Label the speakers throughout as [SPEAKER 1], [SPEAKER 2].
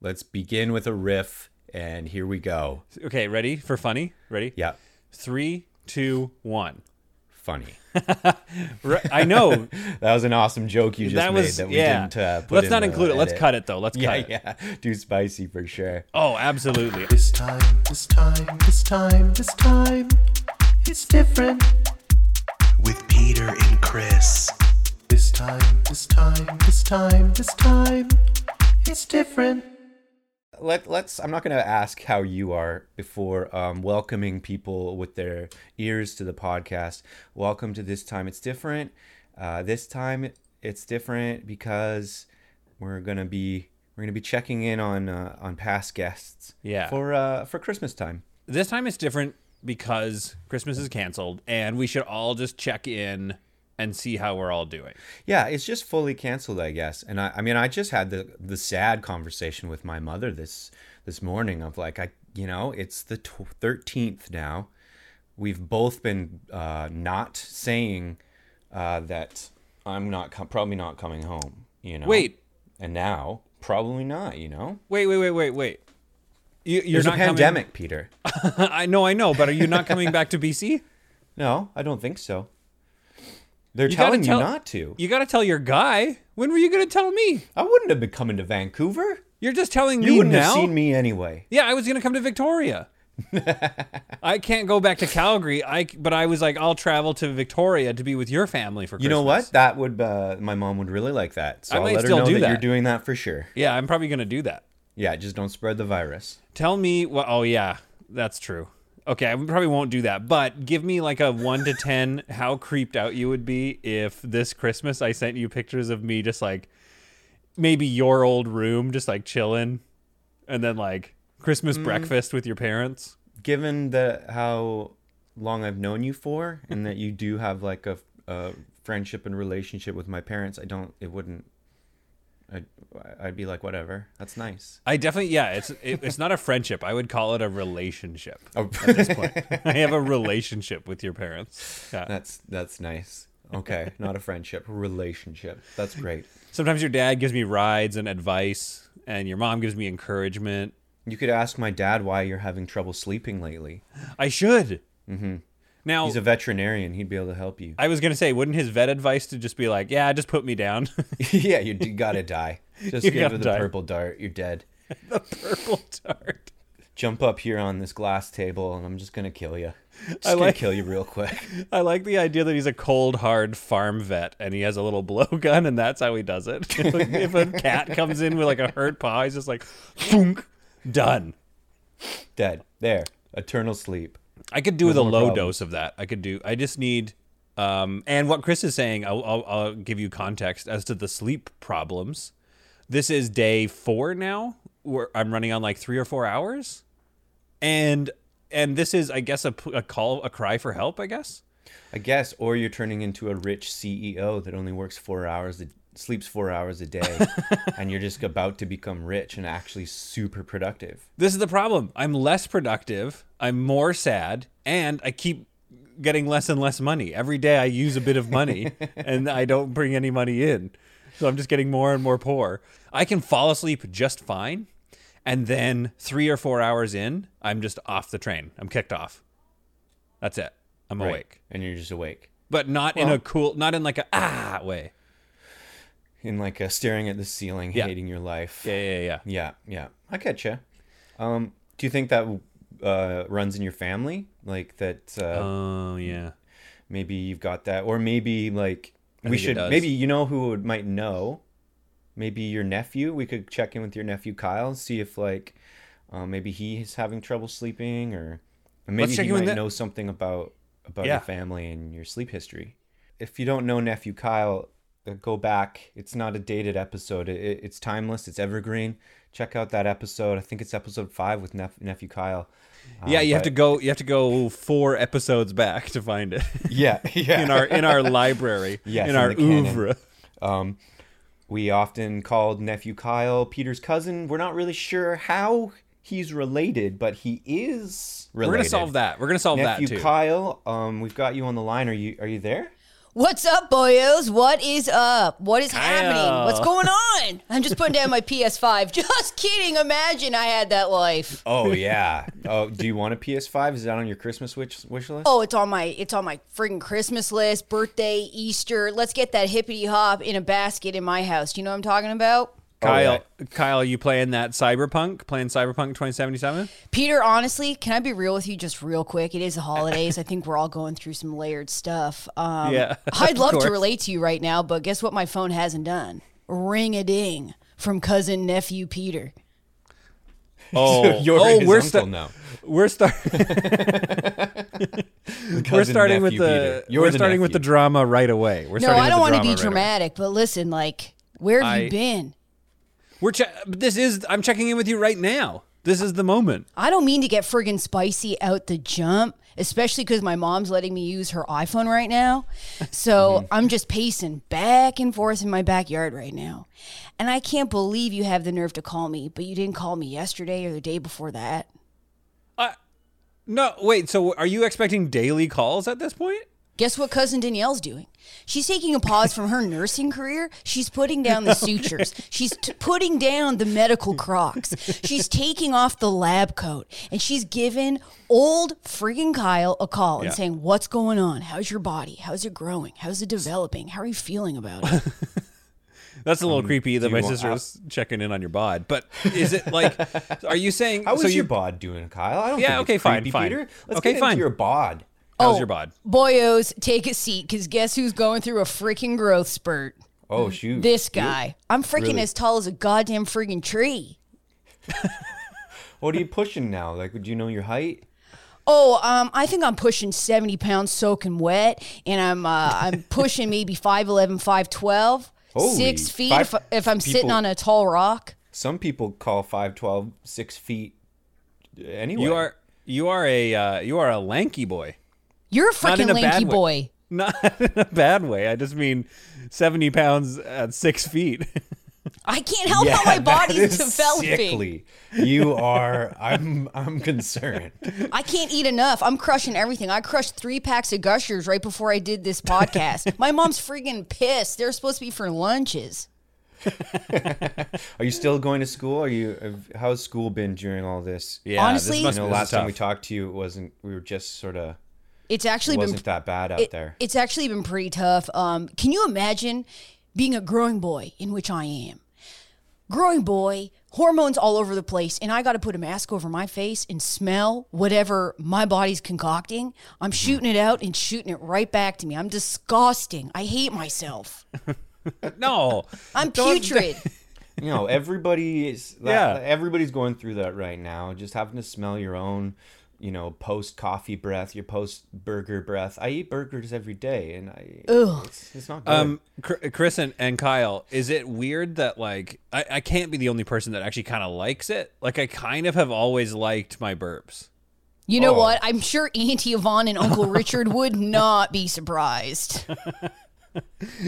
[SPEAKER 1] Let's begin with a riff, and here we go.
[SPEAKER 2] Okay, ready for funny? Ready?
[SPEAKER 1] Yeah,
[SPEAKER 2] Three, two, one.
[SPEAKER 1] funny.
[SPEAKER 2] Re- I know
[SPEAKER 1] That was an awesome joke you just
[SPEAKER 2] that was
[SPEAKER 1] made that we
[SPEAKER 2] yeah.
[SPEAKER 1] didn't uh, put
[SPEAKER 2] Let's
[SPEAKER 1] in
[SPEAKER 2] not
[SPEAKER 1] the
[SPEAKER 2] include it. Let's
[SPEAKER 1] edit.
[SPEAKER 2] cut it though. Let's
[SPEAKER 1] Yeah,
[SPEAKER 2] cut it.
[SPEAKER 1] yeah, too spicy for sure.
[SPEAKER 2] Oh, absolutely.
[SPEAKER 3] This time, this time, this time, this time, it's different. With Peter and Chris. This time, this time, this time, this time, it's different.
[SPEAKER 1] Let let's. I'm not going to ask how you are before um, welcoming people with their ears to the podcast. Welcome to this time. It's different. Uh, this time it's different because we're gonna be we're gonna be checking in on uh, on past guests.
[SPEAKER 2] Yeah.
[SPEAKER 1] For uh for Christmas time.
[SPEAKER 2] This time it's different because Christmas is canceled and we should all just check in and see how we're all doing.
[SPEAKER 1] Yeah, it's just fully canceled, I guess. And I, I mean, I just had the the sad conversation with my mother this this morning of like, I, you know, it's the thirteenth now. We've both been uh, not saying uh, that I'm not com- probably not coming home. You know.
[SPEAKER 2] Wait.
[SPEAKER 1] And now probably not. You know.
[SPEAKER 2] Wait, wait, wait, wait, wait. You, you're
[SPEAKER 1] There's
[SPEAKER 2] not
[SPEAKER 1] a
[SPEAKER 2] coming-
[SPEAKER 1] pandemic, Peter.
[SPEAKER 2] I know, I know, but are you not coming back to BC?
[SPEAKER 1] No, I don't think so. They're
[SPEAKER 2] You gotta
[SPEAKER 1] telling
[SPEAKER 2] tell-
[SPEAKER 1] you not to.
[SPEAKER 2] You got to tell your guy. When were you going to tell me?
[SPEAKER 1] I wouldn't have been coming to Vancouver.
[SPEAKER 2] You're just telling
[SPEAKER 1] You
[SPEAKER 2] me
[SPEAKER 1] wouldn't
[SPEAKER 2] now.
[SPEAKER 1] have seen me anyway.
[SPEAKER 2] Yeah, I was gonna come to Victoria. I can't go back to Calgary. I c- but I was like, I'll travel to Victoria to be with your family for. Christmas.
[SPEAKER 1] You know what? That would uh, my mom would really like that. So
[SPEAKER 2] I
[SPEAKER 1] I will
[SPEAKER 2] might
[SPEAKER 1] let her
[SPEAKER 2] still
[SPEAKER 1] know
[SPEAKER 2] do
[SPEAKER 1] that, you're
[SPEAKER 2] that.
[SPEAKER 1] doing that for sure.
[SPEAKER 2] Yeah, I'm probably gonna do that.
[SPEAKER 1] Yeah, just don't spread the virus.
[SPEAKER 2] Tell me what. Oh yeah, that's true. Okay, I probably won't do that. But give me like a one to ten. How creeped out you would be if this Christmas I sent you pictures of me just like maybe your old room, just like chilling, and then like Christmas
[SPEAKER 1] Mm.
[SPEAKER 2] breakfast with your parents.
[SPEAKER 1] Given the how long I've known you for, and that you do have like a, a friendship and relationship with my parents, I don't. It wouldn't. I'd, I'd be like, whatever. That's nice.
[SPEAKER 2] I definitely yeah. It's it, it's not a friendship. I would call it a relationship.
[SPEAKER 1] Oh,
[SPEAKER 2] I have a relationship with your parents. Yeah.
[SPEAKER 1] that's that's nice. Okay, not a friendship, relationship. That's great.
[SPEAKER 2] Sometimes your dad gives me rides and advice, and your mom gives me encouragement.
[SPEAKER 1] You could ask my dad why you're having trouble sleeping lately.
[SPEAKER 2] I should. Mm-hmm. Now,
[SPEAKER 1] He's a veterinarian. He'd be able to help you.
[SPEAKER 2] I was gonna say, wouldn't his vet advice to just be like, "Yeah, just put me down,
[SPEAKER 1] yeah, you d- gotta die. Just
[SPEAKER 2] You
[SPEAKER 1] give
[SPEAKER 2] gotta
[SPEAKER 1] her the
[SPEAKER 2] die.
[SPEAKER 1] purple dart. You're dead.
[SPEAKER 2] the purple dart."
[SPEAKER 1] Jump up here on this glass table, and I'm just gonna kill you. Just
[SPEAKER 2] I
[SPEAKER 1] gonna
[SPEAKER 2] like-
[SPEAKER 1] kill you real quick.
[SPEAKER 2] I like the idea that he's a cold, hard farm vet, and he has a little blowgun, and that's how he does it. if a cat comes in with like a hurt paw, he's just like, "Thunk, done."
[SPEAKER 1] Dead. There. Eternal sleep.
[SPEAKER 2] I could do with a
[SPEAKER 1] more
[SPEAKER 2] low
[SPEAKER 1] problems.
[SPEAKER 2] dose of that. I could do. I just need. Um, and what Chris is saying, I'll, I'll, I'll give you context as to the sleep problems. This is day four now, where I'm running on like three or four hours, and and this is, I guess, a, p- a call, a cry for help. I guess.
[SPEAKER 1] I guess, or you're turning into a rich CEO that only works four hours, a, sleeps four hours a day, and you're just about to become rich and actually super productive.
[SPEAKER 2] This is the problem. I'm less productive. I'm more sad, and I keep getting less and less money. Every day I use a bit of money, and I don't bring any money in. So I'm just getting more and more poor. I can fall asleep just fine, and then three or four hours in, I'm just off the train. I'm kicked off. That's it. I'm
[SPEAKER 1] Right.
[SPEAKER 2] awake,
[SPEAKER 1] And you're just awake.
[SPEAKER 2] but not in a cool, not in like a ah way.
[SPEAKER 1] In like a staring at the ceiling,
[SPEAKER 2] Yeah.
[SPEAKER 1] hating your life.
[SPEAKER 2] Yeah, yeah, yeah.
[SPEAKER 1] Yeah, yeah, I catch you. Um, do you think that uh, runs in your family? Like that? Uh,
[SPEAKER 2] Oh yeah.
[SPEAKER 1] maybe you've got that, or maybe like we
[SPEAKER 2] think it
[SPEAKER 1] should.
[SPEAKER 2] does.
[SPEAKER 1] Maybe you know who would, might know. Maybe your nephew. We could check in with your nephew Kyle and see if like uh, maybe he is having trouble sleeping, or and maybe
[SPEAKER 2] check
[SPEAKER 1] he
[SPEAKER 2] in with
[SPEAKER 1] might
[SPEAKER 2] the-
[SPEAKER 1] know something about about
[SPEAKER 2] Yeah.
[SPEAKER 1] your family and your sleep history. If you don't know nephew Kyle, uh, go back. It's not a dated episode. It, it- it's timeless. It's evergreen. Check out that episode. I think it's episode five with nep- nephew Kyle. Uh,
[SPEAKER 2] Yeah, you have
[SPEAKER 1] but-
[SPEAKER 2] to go. You have to go four episodes back to find it.
[SPEAKER 1] Yeah, yeah.
[SPEAKER 2] in our in our library,
[SPEAKER 1] Yes,
[SPEAKER 2] in
[SPEAKER 1] in
[SPEAKER 2] our
[SPEAKER 1] the canon.
[SPEAKER 2] oeuvre.
[SPEAKER 1] Um, we often called nephew Kyle Peter's cousin. We're not really sure how he's related, but he is related.
[SPEAKER 2] We're gonna solve that. We're gonna solve
[SPEAKER 1] Nephew
[SPEAKER 2] that too.
[SPEAKER 1] Kyle, um, we've got you on the line. Are you are you there?
[SPEAKER 4] What's up, boyos? What is up? What is
[SPEAKER 2] Kyle.
[SPEAKER 4] happening? What's going on? I'm just putting down my PS5. Just kidding. Imagine I had that life.
[SPEAKER 1] Oh yeah. Oh, do you want a PS5? Is that on your Christmas wish wish list?
[SPEAKER 4] Oh, it's on my it's on my friggin' Christmas list, birthday, Easter. Let's get that hippity hop in a basket in my house. You know what I'm talking about?
[SPEAKER 1] Oh,
[SPEAKER 2] Kyle,
[SPEAKER 1] Alright.
[SPEAKER 2] Kyle, you playing that Cyberpunk? Playing Cyberpunk
[SPEAKER 1] Um,
[SPEAKER 2] 2077?
[SPEAKER 4] Peter, honestly, can I be real with you just real quick? It is the holidays. I think we're all going through some layered stuff. Um,
[SPEAKER 2] Yeah,
[SPEAKER 4] I'd
[SPEAKER 2] of
[SPEAKER 4] love
[SPEAKER 2] course.
[SPEAKER 4] to relate to you right now, but guess what my phone hasn't done? Ring a ding from cousin nephew Peter.
[SPEAKER 2] Oh,
[SPEAKER 1] You're
[SPEAKER 2] oh,
[SPEAKER 1] his
[SPEAKER 2] we're
[SPEAKER 1] uncle
[SPEAKER 2] sta-
[SPEAKER 1] now.
[SPEAKER 2] We're starting. we're
[SPEAKER 1] Cousin
[SPEAKER 2] starting with
[SPEAKER 1] nephew
[SPEAKER 2] the.
[SPEAKER 1] Peter. You're
[SPEAKER 2] we're starting with the
[SPEAKER 1] nephew.
[SPEAKER 2] drama right away. We're
[SPEAKER 4] No,
[SPEAKER 2] starting
[SPEAKER 4] I don't
[SPEAKER 2] want to
[SPEAKER 4] be dramatic, but listen, like, where have
[SPEAKER 2] I-
[SPEAKER 4] you been?
[SPEAKER 2] We're che- but this is. I'm checking in with you right now. This is the moment.
[SPEAKER 4] I don't mean to get friggin' spicy out the jump, especially because my mom's letting me use her iPhone right now.
[SPEAKER 2] Mm-hmm.
[SPEAKER 4] So I'm just pacing back and forth in my backyard right now. And I can't believe you have the nerve to call me, but you didn't call me yesterday or the day before that.
[SPEAKER 2] No, wait. So are you expecting daily calls at this point?
[SPEAKER 4] Guess what cousin Danielle's doing? She's taking a pause from her nursing career. She's putting down the sutures. She's t- putting down the medical crocs. She's taking off the lab coat and she's giving old friggin' Kyle a call
[SPEAKER 2] Yeah.
[SPEAKER 4] and saying, What's going on? How's your body? How's it growing? How's it developing? How are you feeling about it?
[SPEAKER 2] That's a little creepy that
[SPEAKER 1] Um, you
[SPEAKER 2] my
[SPEAKER 1] want- uh,
[SPEAKER 2] sister's checking in on your bod. But is it like? are you saying?
[SPEAKER 1] How is
[SPEAKER 2] so
[SPEAKER 1] your
[SPEAKER 2] you,
[SPEAKER 1] bod doing, Kyle? I don't
[SPEAKER 2] Yeah,
[SPEAKER 1] think
[SPEAKER 2] okay,
[SPEAKER 1] it's
[SPEAKER 2] fine,
[SPEAKER 1] creepy,
[SPEAKER 2] fine.
[SPEAKER 1] Peter. Let's
[SPEAKER 2] Okay,
[SPEAKER 1] get
[SPEAKER 2] fine.
[SPEAKER 1] into your bod.
[SPEAKER 2] How's
[SPEAKER 4] Oh,
[SPEAKER 2] your bod?
[SPEAKER 4] Boyos, take a seat because guess who's going through a freaking growth spurt?
[SPEAKER 1] Oh shoot.
[SPEAKER 4] This guy. I'm freaking
[SPEAKER 1] Really?
[SPEAKER 4] as tall as a goddamn friggin' tree.
[SPEAKER 1] What are you pushing now? Like, do you know your height?
[SPEAKER 4] Oh, um, I think I'm pushing 70 pounds soaking wet, and I'm uh, I'm pushing maybe 5'11", 5'12",
[SPEAKER 1] Holy
[SPEAKER 4] six feet
[SPEAKER 1] five-
[SPEAKER 4] if, if I'm sitting
[SPEAKER 1] people-
[SPEAKER 4] on a tall rock.
[SPEAKER 1] Some people call 5'12", 6 feet. Anyway,
[SPEAKER 2] You are. You are a. Uh, you are a lanky boy.
[SPEAKER 4] You're a
[SPEAKER 2] Not in
[SPEAKER 4] freaking
[SPEAKER 2] a bad
[SPEAKER 4] lanky
[SPEAKER 2] way.
[SPEAKER 4] boy.
[SPEAKER 2] Not in a bad way. I just mean seventy pounds at six feet.
[SPEAKER 4] I can't help
[SPEAKER 1] Yeah,
[SPEAKER 4] how my
[SPEAKER 1] that
[SPEAKER 4] body's
[SPEAKER 1] is
[SPEAKER 4] developing.
[SPEAKER 1] Sickly. You are. I'm. I'm concerned.
[SPEAKER 4] I can't eat enough. I'm crushing everything. I crushed three packs of Gushers right before I did this podcast. my mom's freaking pissed. They're supposed to be for lunches.
[SPEAKER 1] Are you still going to school? Are you? How's school been during all this?
[SPEAKER 2] yeah.
[SPEAKER 4] Honestly-
[SPEAKER 2] this must
[SPEAKER 1] You know,
[SPEAKER 2] this is
[SPEAKER 1] last time we
[SPEAKER 2] tough.
[SPEAKER 1] talked to you, it wasn't. We were just sort of.
[SPEAKER 4] It's actually
[SPEAKER 1] It
[SPEAKER 4] been
[SPEAKER 1] wasn't that bad out
[SPEAKER 4] it-
[SPEAKER 1] there.
[SPEAKER 4] It's actually been pretty tough. Um, can you imagine being a growing boy, in which I am? Growing boy, hormones all over the place, and I got to put a mask over my face and smell whatever my body's concocting. I'm
[SPEAKER 1] Hmm.
[SPEAKER 4] shooting it out and shooting it right back to me. I'm disgusting. I hate myself.
[SPEAKER 2] No,
[SPEAKER 4] I'm
[SPEAKER 2] Don't-
[SPEAKER 4] putrid.
[SPEAKER 1] you know, everybody is.
[SPEAKER 2] Yeah.
[SPEAKER 1] That, Everybody's going through that right now. Just having to smell your own. You know, post coffee breath, your post burger breath. I eat burgers every day, and I.
[SPEAKER 4] Ugh.
[SPEAKER 1] It's, it's not good.
[SPEAKER 2] Um, Chr- Chris and, and Kyle, is it weird that like I, I can't be the only person that actually kind of likes it? Like I kind of have always liked my burps.
[SPEAKER 4] You know
[SPEAKER 1] Oh.
[SPEAKER 4] what? I'm sure Auntie Yvonne and Uncle Richard would not be surprised.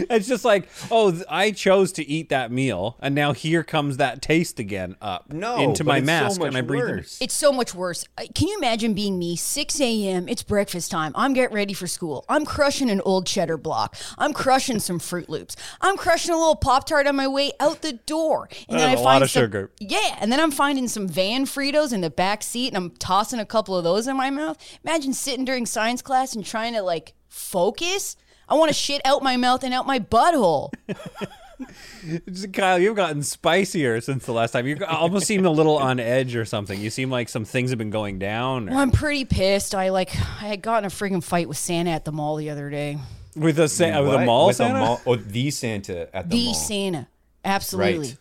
[SPEAKER 2] It's just like, oh, th- I chose to eat that meal, and now here comes that taste again up
[SPEAKER 1] no,
[SPEAKER 2] into
[SPEAKER 1] but
[SPEAKER 2] my
[SPEAKER 1] it's
[SPEAKER 2] mask,
[SPEAKER 1] so much
[SPEAKER 2] and I breathe. in.
[SPEAKER 1] worse.
[SPEAKER 4] It's so much worse. I- Can you imagine being me? 6 a.m. It's breakfast time. I'm getting ready for school. I'm crushing an old cheddar block. I'm crushing some Fruit Loops. I'm crushing a little Pop Tart on my way out the door. And
[SPEAKER 2] That
[SPEAKER 4] I
[SPEAKER 2] is a lot of
[SPEAKER 4] some,
[SPEAKER 2] sugar.
[SPEAKER 4] Yeah, and then I'm finding some Van Fritos in the back seat, and I'm tossing a couple of those in my mouth. Imagine sitting during science class and trying to like focus. I want to shit out my mouth and out my butthole.
[SPEAKER 2] Just- Kyle, you've gotten spicier since the last time. You almost seem a little on edge or something. You seem like some things have been going down.
[SPEAKER 4] Well,
[SPEAKER 2] Or,
[SPEAKER 4] I'm pretty pissed. I like I had gotten a friggin' fight with Santa at the mall the other day.
[SPEAKER 2] with the, sa- with the
[SPEAKER 1] What?
[SPEAKER 2] mall
[SPEAKER 1] With
[SPEAKER 2] Santa?
[SPEAKER 1] mall- oh, the Santa at the,
[SPEAKER 4] the
[SPEAKER 1] mall.
[SPEAKER 4] Santa. Absolutely.
[SPEAKER 1] Right.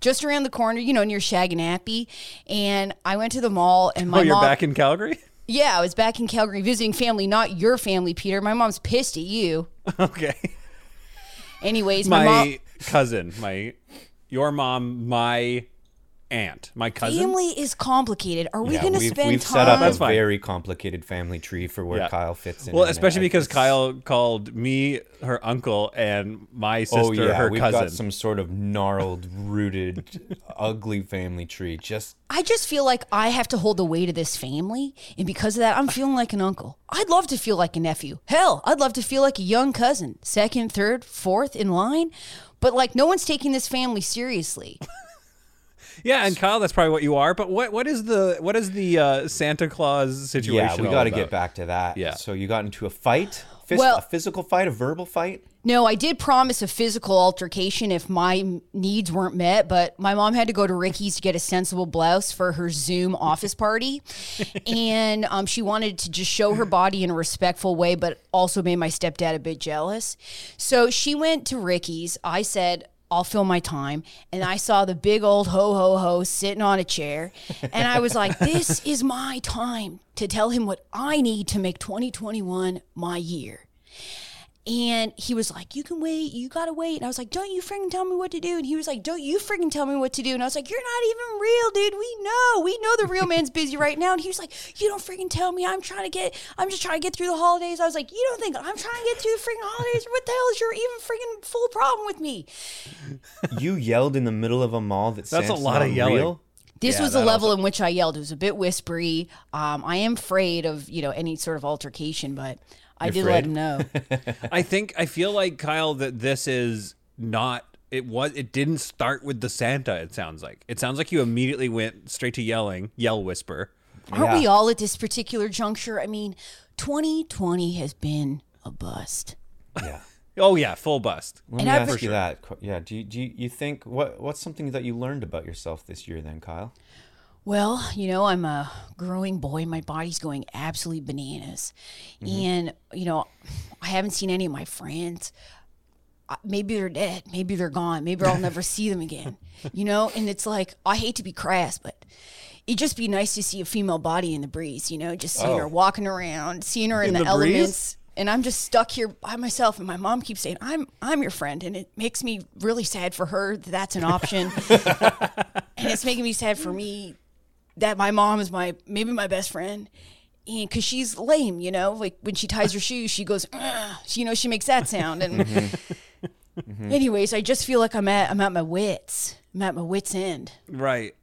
[SPEAKER 4] Just around the corner, you know, near Shag and Appy. And I went to the mall and my
[SPEAKER 2] oh, you're
[SPEAKER 4] mom
[SPEAKER 2] back in Calgary?
[SPEAKER 4] Yeah, I was back in Calgary visiting family, not your family, Peter. My mom's pissed at you.
[SPEAKER 2] okay.
[SPEAKER 4] Anyways,
[SPEAKER 2] my
[SPEAKER 4] my, mom
[SPEAKER 2] cousin, my your mom, my aunt, my cousin.
[SPEAKER 4] Family is complicated. Are we going to
[SPEAKER 1] we've,
[SPEAKER 4] spend
[SPEAKER 1] we've
[SPEAKER 4] time?
[SPEAKER 1] set up
[SPEAKER 2] That's
[SPEAKER 1] a
[SPEAKER 2] fine.
[SPEAKER 1] very complicated family tree for where
[SPEAKER 2] Yeah.
[SPEAKER 1] Kyle fits in.
[SPEAKER 2] Well,
[SPEAKER 1] and
[SPEAKER 2] especially
[SPEAKER 1] I-
[SPEAKER 2] because
[SPEAKER 1] it's-
[SPEAKER 2] Kyle called me her uncle and my sister
[SPEAKER 1] Oh yeah,
[SPEAKER 2] her
[SPEAKER 1] we've
[SPEAKER 2] cousin.
[SPEAKER 1] got some sort of gnarled, rooted, ugly family tree. Just
[SPEAKER 4] I just feel like I have to hold the weight of this family. And because of that, I'm feeling like an uncle. I'd love to feel like a nephew. Hell, I'd love to feel like a young cousin, second, third, fourth in line. But like, no one's taking this family seriously.
[SPEAKER 2] yeah, and Kyle, that's probably what you are. But what what is the what is the uh, Santa Claus situation?
[SPEAKER 1] yeah, we
[SPEAKER 2] all
[SPEAKER 1] got to
[SPEAKER 2] about?
[SPEAKER 1] get back to that.
[SPEAKER 2] Yeah.
[SPEAKER 1] So you got into a fight, Fist,
[SPEAKER 4] Well-
[SPEAKER 1] a physical fight, a verbal fight.
[SPEAKER 4] No, I did promise a physical altercation if my m- needs weren't met, but my mom had to go to Ricky's to get a sensible blouse for her Zoom office party. and um, she wanted to just show her body in a respectful way, but also made my stepdad a bit jealous. So she went to Ricky's. I said, I'll fill my time. And I saw the big old ho ho ho sitting on a chair. And I was like, this is my time to tell him what I need to make 2021 my year. And he was like, You can wait. You got to wait. And I was like, Don't you freaking tell me what to do. And he was like, Don't you freaking tell me what to do. And I was like, You're not even real, dude. We know. We know the real man's busy right now. And he was like, You don't freaking tell me. I'm trying to get, I'm just trying to get through the holidays. I was like, You don't think I'm trying to get through the freaking holidays? What the hell is your even freaking full problem with me?
[SPEAKER 1] You yelled in the middle of a mall that
[SPEAKER 2] That's a
[SPEAKER 1] Santa's
[SPEAKER 2] lot of
[SPEAKER 1] not
[SPEAKER 2] yelling.
[SPEAKER 1] real?
[SPEAKER 4] This
[SPEAKER 2] Yeah,
[SPEAKER 4] was the
[SPEAKER 2] that
[SPEAKER 4] level in which I yelled. It was a bit whispery. Um, I am afraid of, you know, any sort of altercation, but I did
[SPEAKER 1] afraid?
[SPEAKER 4] let him know.
[SPEAKER 2] I think I feel like Kyle that this is not it was it didn't start with the Santa it sounds like. It sounds like you immediately went straight to yelling, yell whisper.
[SPEAKER 4] Aren't
[SPEAKER 1] Yeah.
[SPEAKER 4] we all at this particular juncture? I mean, 2020 has been a bust.
[SPEAKER 1] Yeah.
[SPEAKER 2] Oh yeah, full bust.
[SPEAKER 1] Let
[SPEAKER 4] And
[SPEAKER 1] me
[SPEAKER 4] I
[SPEAKER 1] ask
[SPEAKER 4] was-
[SPEAKER 1] you that. qu- Yeah. Do you, do you, you think what what's something that you learned about yourself this year then, Kyle?
[SPEAKER 4] Well, you know, I'm a growing boy. My body's going absolutely bananas. And, you know, I haven't seen any of my friends. I- Maybe they're dead. Maybe they're gone. Maybe I'll never see them again. You know, and it's like, I hate to be crass, but it'd just be nice to see a female body in the breeze, you know, just seeing her walking around, seeing her in, the,
[SPEAKER 2] the breeze?
[SPEAKER 4] elements. And I'm just stuck here by myself, and my mom keeps saying, "I'm, I'm your friend," and it makes me really sad for her that that's an option, and it's making me sad for me that my mom is my maybe my best friend and because she's lame you know like when she ties her shoes she goes "Ugh," you know she makes that sound and
[SPEAKER 2] Mm-hmm.
[SPEAKER 4] anyways i just feel like i'm at i'm at my wits i'm at my wits end
[SPEAKER 2] Right.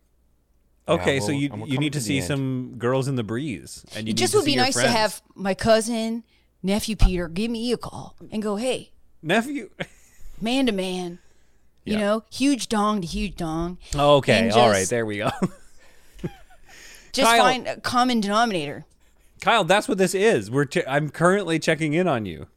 [SPEAKER 2] Okay, so
[SPEAKER 1] well,
[SPEAKER 2] you
[SPEAKER 1] and we're
[SPEAKER 2] you
[SPEAKER 1] coming
[SPEAKER 2] need to
[SPEAKER 1] to the
[SPEAKER 2] see
[SPEAKER 1] end.
[SPEAKER 2] some girls in the breeze, and you
[SPEAKER 4] it
[SPEAKER 2] need
[SPEAKER 4] just
[SPEAKER 2] to
[SPEAKER 4] would
[SPEAKER 2] see
[SPEAKER 4] be
[SPEAKER 2] your
[SPEAKER 4] nice
[SPEAKER 2] friends.
[SPEAKER 4] to have my cousin nephew peter give me a call and go hey
[SPEAKER 2] nephew.
[SPEAKER 4] man to man you
[SPEAKER 2] Yeah. Oh,
[SPEAKER 4] know huge dong to huge dong
[SPEAKER 2] Okay,
[SPEAKER 4] And
[SPEAKER 2] all
[SPEAKER 4] just-
[SPEAKER 2] right, there we go.
[SPEAKER 4] just
[SPEAKER 2] Kyle.
[SPEAKER 4] find a common denominator
[SPEAKER 2] Kyle, that's what this is. We're che- I'm currently checking in on you.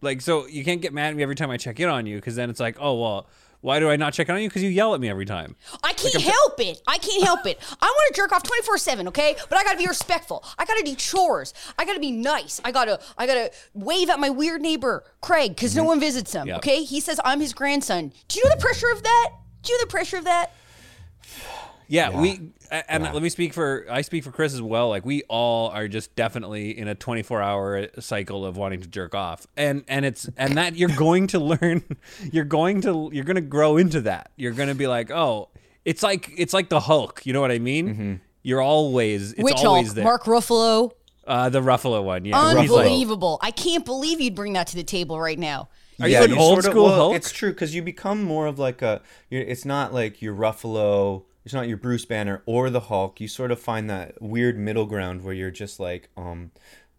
[SPEAKER 2] Like, so you can't get mad at me every time I check in on you because then it's like, oh well, why do I not check in on you? Because you yell at me every time.
[SPEAKER 4] I can't help it. I can't help it. I want to jerk off 24/7, okay? But I got to be respectful. I got to do chores. I got to be nice. I got to I got to wave at my weird neighbor, Craig, cuz no one visits him,
[SPEAKER 2] Mm-hmm. Yeah.
[SPEAKER 4] okay? He says I'm his grandson. Do you know the pressure of that? Do you know the pressure of that?
[SPEAKER 2] Yeah, we a- and let me speak for I speak for Chris as well. Like we all are just definitely in a 24-hour cycle of wanting to jerk off. And and it's and that you're going to learn you're going to you're going to grow into that. You're going to be like, "Oh, it's like it's like the Hulk." You know what I mean? You're always it's
[SPEAKER 4] Which
[SPEAKER 2] always
[SPEAKER 4] Hulk?
[SPEAKER 2] there.
[SPEAKER 4] Mark Ruffalo.
[SPEAKER 2] uh the Ruffalo one. Yeah. He's like-
[SPEAKER 4] Unbelievable. I can't believe you'd bring that to the table right now.
[SPEAKER 2] Are you an old
[SPEAKER 1] sorta-
[SPEAKER 2] school
[SPEAKER 1] well,
[SPEAKER 2] Hulk?
[SPEAKER 1] It's true because you become more of like a. You're, it's not like your Ruffalo. It's not your Bruce Banner or the Hulk. You sort of find that weird middle ground where you're just like, um,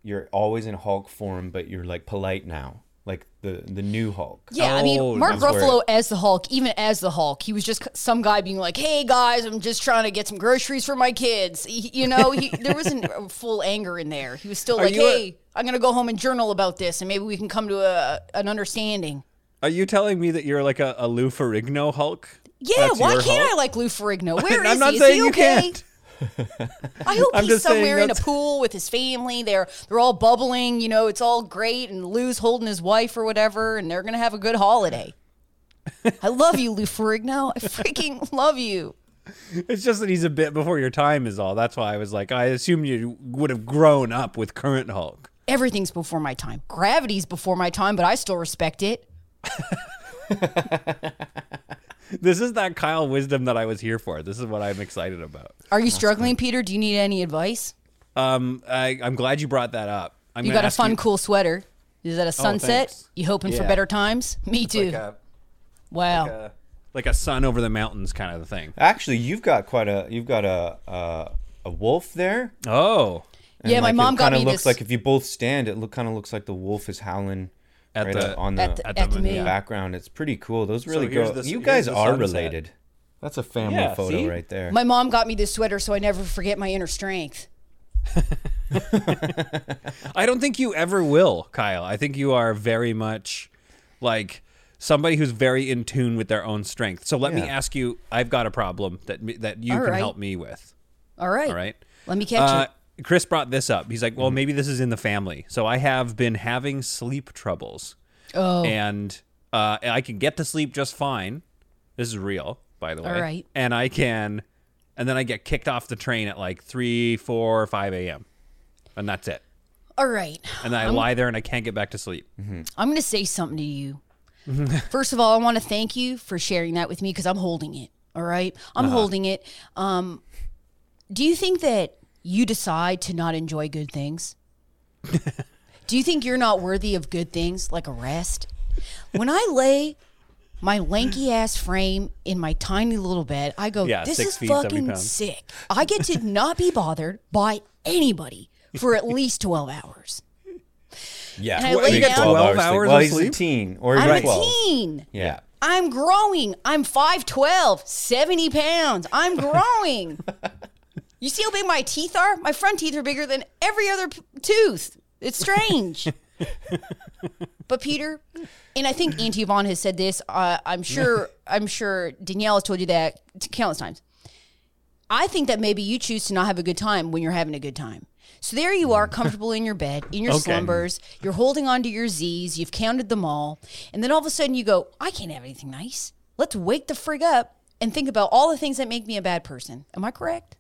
[SPEAKER 1] you're always in Hulk form, but you're like polite now, like the the new Hulk.
[SPEAKER 4] Yeah, I
[SPEAKER 2] Oh,
[SPEAKER 4] mean, Mark
[SPEAKER 1] that's where-
[SPEAKER 4] Ruffalo as the Hulk, even as the Hulk, he was just c- some guy being like, "Hey guys, I'm just trying to get some groceries for my kids." He- you know, he, there wasn't a full anger in there. He was still like,
[SPEAKER 2] you a-
[SPEAKER 4] "Hey, i I'm gonna go home and journal about this, and maybe we can come to a an understanding."
[SPEAKER 2] Are you telling me that you're like a, a Lou Ferrigno Hulk?
[SPEAKER 4] Yeah,
[SPEAKER 2] That's
[SPEAKER 4] why
[SPEAKER 2] your
[SPEAKER 4] can't
[SPEAKER 2] Hulk?
[SPEAKER 4] I like Lou Ferrigno? Where
[SPEAKER 2] And
[SPEAKER 4] is
[SPEAKER 2] I'm not
[SPEAKER 4] he?
[SPEAKER 2] saying
[SPEAKER 4] is he
[SPEAKER 2] you
[SPEAKER 4] okay?
[SPEAKER 2] can't.
[SPEAKER 4] I hope
[SPEAKER 2] I'm
[SPEAKER 4] he's
[SPEAKER 2] just saying
[SPEAKER 4] somewhere in a
[SPEAKER 2] that's-
[SPEAKER 4] pool with his family. They're they're all bubbling. You know, it's all great, and Lou's holding his wife or whatever, and they're gonna have a good holiday. I love you, Lou Ferrigno. I freaking love you.
[SPEAKER 2] It's just that he's a bit before your time is all. That's why I was like, I assume you would have grown up with current Hulk.
[SPEAKER 4] everything's before my time. Gravity's before my time, but I still respect it.
[SPEAKER 2] This is that Kyle wisdom that I was here for. This is what I'm excited about.
[SPEAKER 4] Are you struggling, Peter? Do you need any advice?
[SPEAKER 2] Um, I, I'm glad you brought that up. I'm
[SPEAKER 4] You
[SPEAKER 2] gonna
[SPEAKER 4] got a
[SPEAKER 2] ask Oh,
[SPEAKER 4] fun, cool sweater. Is that a sunset?
[SPEAKER 2] thanks.
[SPEAKER 4] you hoping for
[SPEAKER 2] Yeah.
[SPEAKER 4] better times? Me too.
[SPEAKER 2] like a,
[SPEAKER 4] wow.
[SPEAKER 2] a- like a sun over the mountains kind of thing.
[SPEAKER 1] Actually, you've got quite a you've got a a, a wolf there.
[SPEAKER 2] Oh,
[SPEAKER 4] yeah, my
[SPEAKER 1] Like,
[SPEAKER 4] mom
[SPEAKER 1] it
[SPEAKER 4] got
[SPEAKER 1] kinda
[SPEAKER 4] me
[SPEAKER 1] looks
[SPEAKER 4] this.
[SPEAKER 1] like if you both stand, it look kind of looks like the wolf is howling
[SPEAKER 2] At
[SPEAKER 1] right
[SPEAKER 2] the-
[SPEAKER 1] up on the,
[SPEAKER 4] at the,
[SPEAKER 2] at
[SPEAKER 4] at
[SPEAKER 2] the
[SPEAKER 4] the,
[SPEAKER 2] moon,
[SPEAKER 4] moon.
[SPEAKER 2] yeah.
[SPEAKER 1] background. It's pretty cool. Those really
[SPEAKER 2] here's
[SPEAKER 1] go.
[SPEAKER 2] the s-
[SPEAKER 1] you
[SPEAKER 2] here's
[SPEAKER 1] guys
[SPEAKER 2] the
[SPEAKER 1] are
[SPEAKER 2] sunset.
[SPEAKER 1] related. That's a family
[SPEAKER 2] Yeah,
[SPEAKER 1] photo
[SPEAKER 2] see?
[SPEAKER 1] right there.
[SPEAKER 4] My mom got me this sweater so I never forget my inner strength.
[SPEAKER 2] I don't think you ever will, Kyle. I think you are very much like somebody who's very in tune with their own strength. So let me
[SPEAKER 1] Yeah.
[SPEAKER 2] ask you. I've got a problem that me- that you
[SPEAKER 4] All
[SPEAKER 2] can
[SPEAKER 4] right.
[SPEAKER 2] help me with.
[SPEAKER 4] All right.
[SPEAKER 2] All right.
[SPEAKER 4] Let me catch
[SPEAKER 2] Uh,
[SPEAKER 4] it.
[SPEAKER 2] Chris brought this up. He's like, "Well, maybe this is in the family." So I have been having sleep troubles,
[SPEAKER 4] Oh.
[SPEAKER 2] and uh, I can get to sleep just fine. This is real, by the way.
[SPEAKER 4] All right.
[SPEAKER 2] And I can, and then I get kicked off the train at like three, four, or five a.m., and that's it.
[SPEAKER 4] All right.
[SPEAKER 2] And then I lie there and I can't get back to sleep.
[SPEAKER 4] I'm going to say something to you. First of all, I want to thank you for sharing that with me because I'm holding it. All right.
[SPEAKER 2] Uh-huh.
[SPEAKER 4] I'm holding it. Um, do you think that you decide to not enjoy good things? do you think you're not worthy of good things like a rest? When I lay my lanky ass frame in my tiny little bed, I go,
[SPEAKER 2] Yeah,
[SPEAKER 4] this
[SPEAKER 2] six
[SPEAKER 4] is
[SPEAKER 2] feet, 70
[SPEAKER 4] fucking
[SPEAKER 2] pounds."
[SPEAKER 4] sick. I get to not be bothered by anybody for at least 12 hours.
[SPEAKER 1] yeah,
[SPEAKER 4] and I lay
[SPEAKER 1] Big
[SPEAKER 4] down-
[SPEAKER 1] 12
[SPEAKER 2] 12
[SPEAKER 1] hours thing.
[SPEAKER 2] hours
[SPEAKER 1] Well,
[SPEAKER 2] of
[SPEAKER 1] he's
[SPEAKER 2] sleep?
[SPEAKER 1] a teen or
[SPEAKER 4] I'm
[SPEAKER 1] he's
[SPEAKER 4] a
[SPEAKER 1] 12.
[SPEAKER 4] teen.
[SPEAKER 1] Yeah.
[SPEAKER 4] I'm growing. I'm 5'12, 70 pounds. I'm growing. you see how big my teeth are? My front teeth are bigger than every other p- tooth. It's strange. but Peter, and I think Auntie Yvonne has said this. Uh, I'm sure. I'm sure Danielle has told you that countless times. I think that maybe you choose to not have a good time when you're having a good time. So there you are, comfortable in your bed, in your
[SPEAKER 2] Okay.
[SPEAKER 4] slumbers. You're holding on to your Z's. You've counted them all. And then all of a sudden you go, I can't have anything nice. Let's wake the frig up and think about all the things that make me a bad person. Am I correct?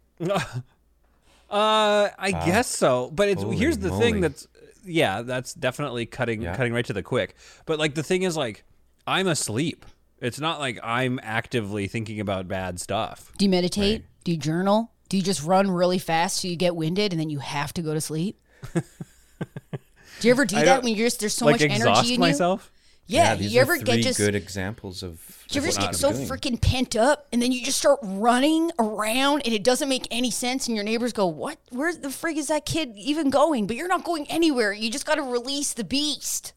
[SPEAKER 2] Uh, I guess so. But it's
[SPEAKER 1] Holy
[SPEAKER 2] here's the
[SPEAKER 1] moly.
[SPEAKER 2] thing that's yeah, that's definitely cutting cutting right to the quick. But like the thing is like I'm asleep. It's not like I'm actively thinking about bad stuff.
[SPEAKER 4] Do you meditate? Do you journal? Do you just run really fast so you get winded and then you have to go to sleep? do you ever do that
[SPEAKER 2] don't-
[SPEAKER 4] when you're just there's so
[SPEAKER 2] like
[SPEAKER 4] much
[SPEAKER 2] exhaust
[SPEAKER 4] energy in
[SPEAKER 2] myself.
[SPEAKER 4] you? Yeah,
[SPEAKER 1] these
[SPEAKER 4] you
[SPEAKER 1] are
[SPEAKER 4] ever
[SPEAKER 1] three
[SPEAKER 4] get just
[SPEAKER 1] good examples of.
[SPEAKER 4] Do you ever just
[SPEAKER 1] what
[SPEAKER 4] get
[SPEAKER 1] I'm
[SPEAKER 4] so
[SPEAKER 1] doing.
[SPEAKER 4] freaking pent up and then you just start running around and it doesn't make any sense and your neighbors go, What? Where the frig is that kid even going? But you're not going anywhere. You just got to release the beast.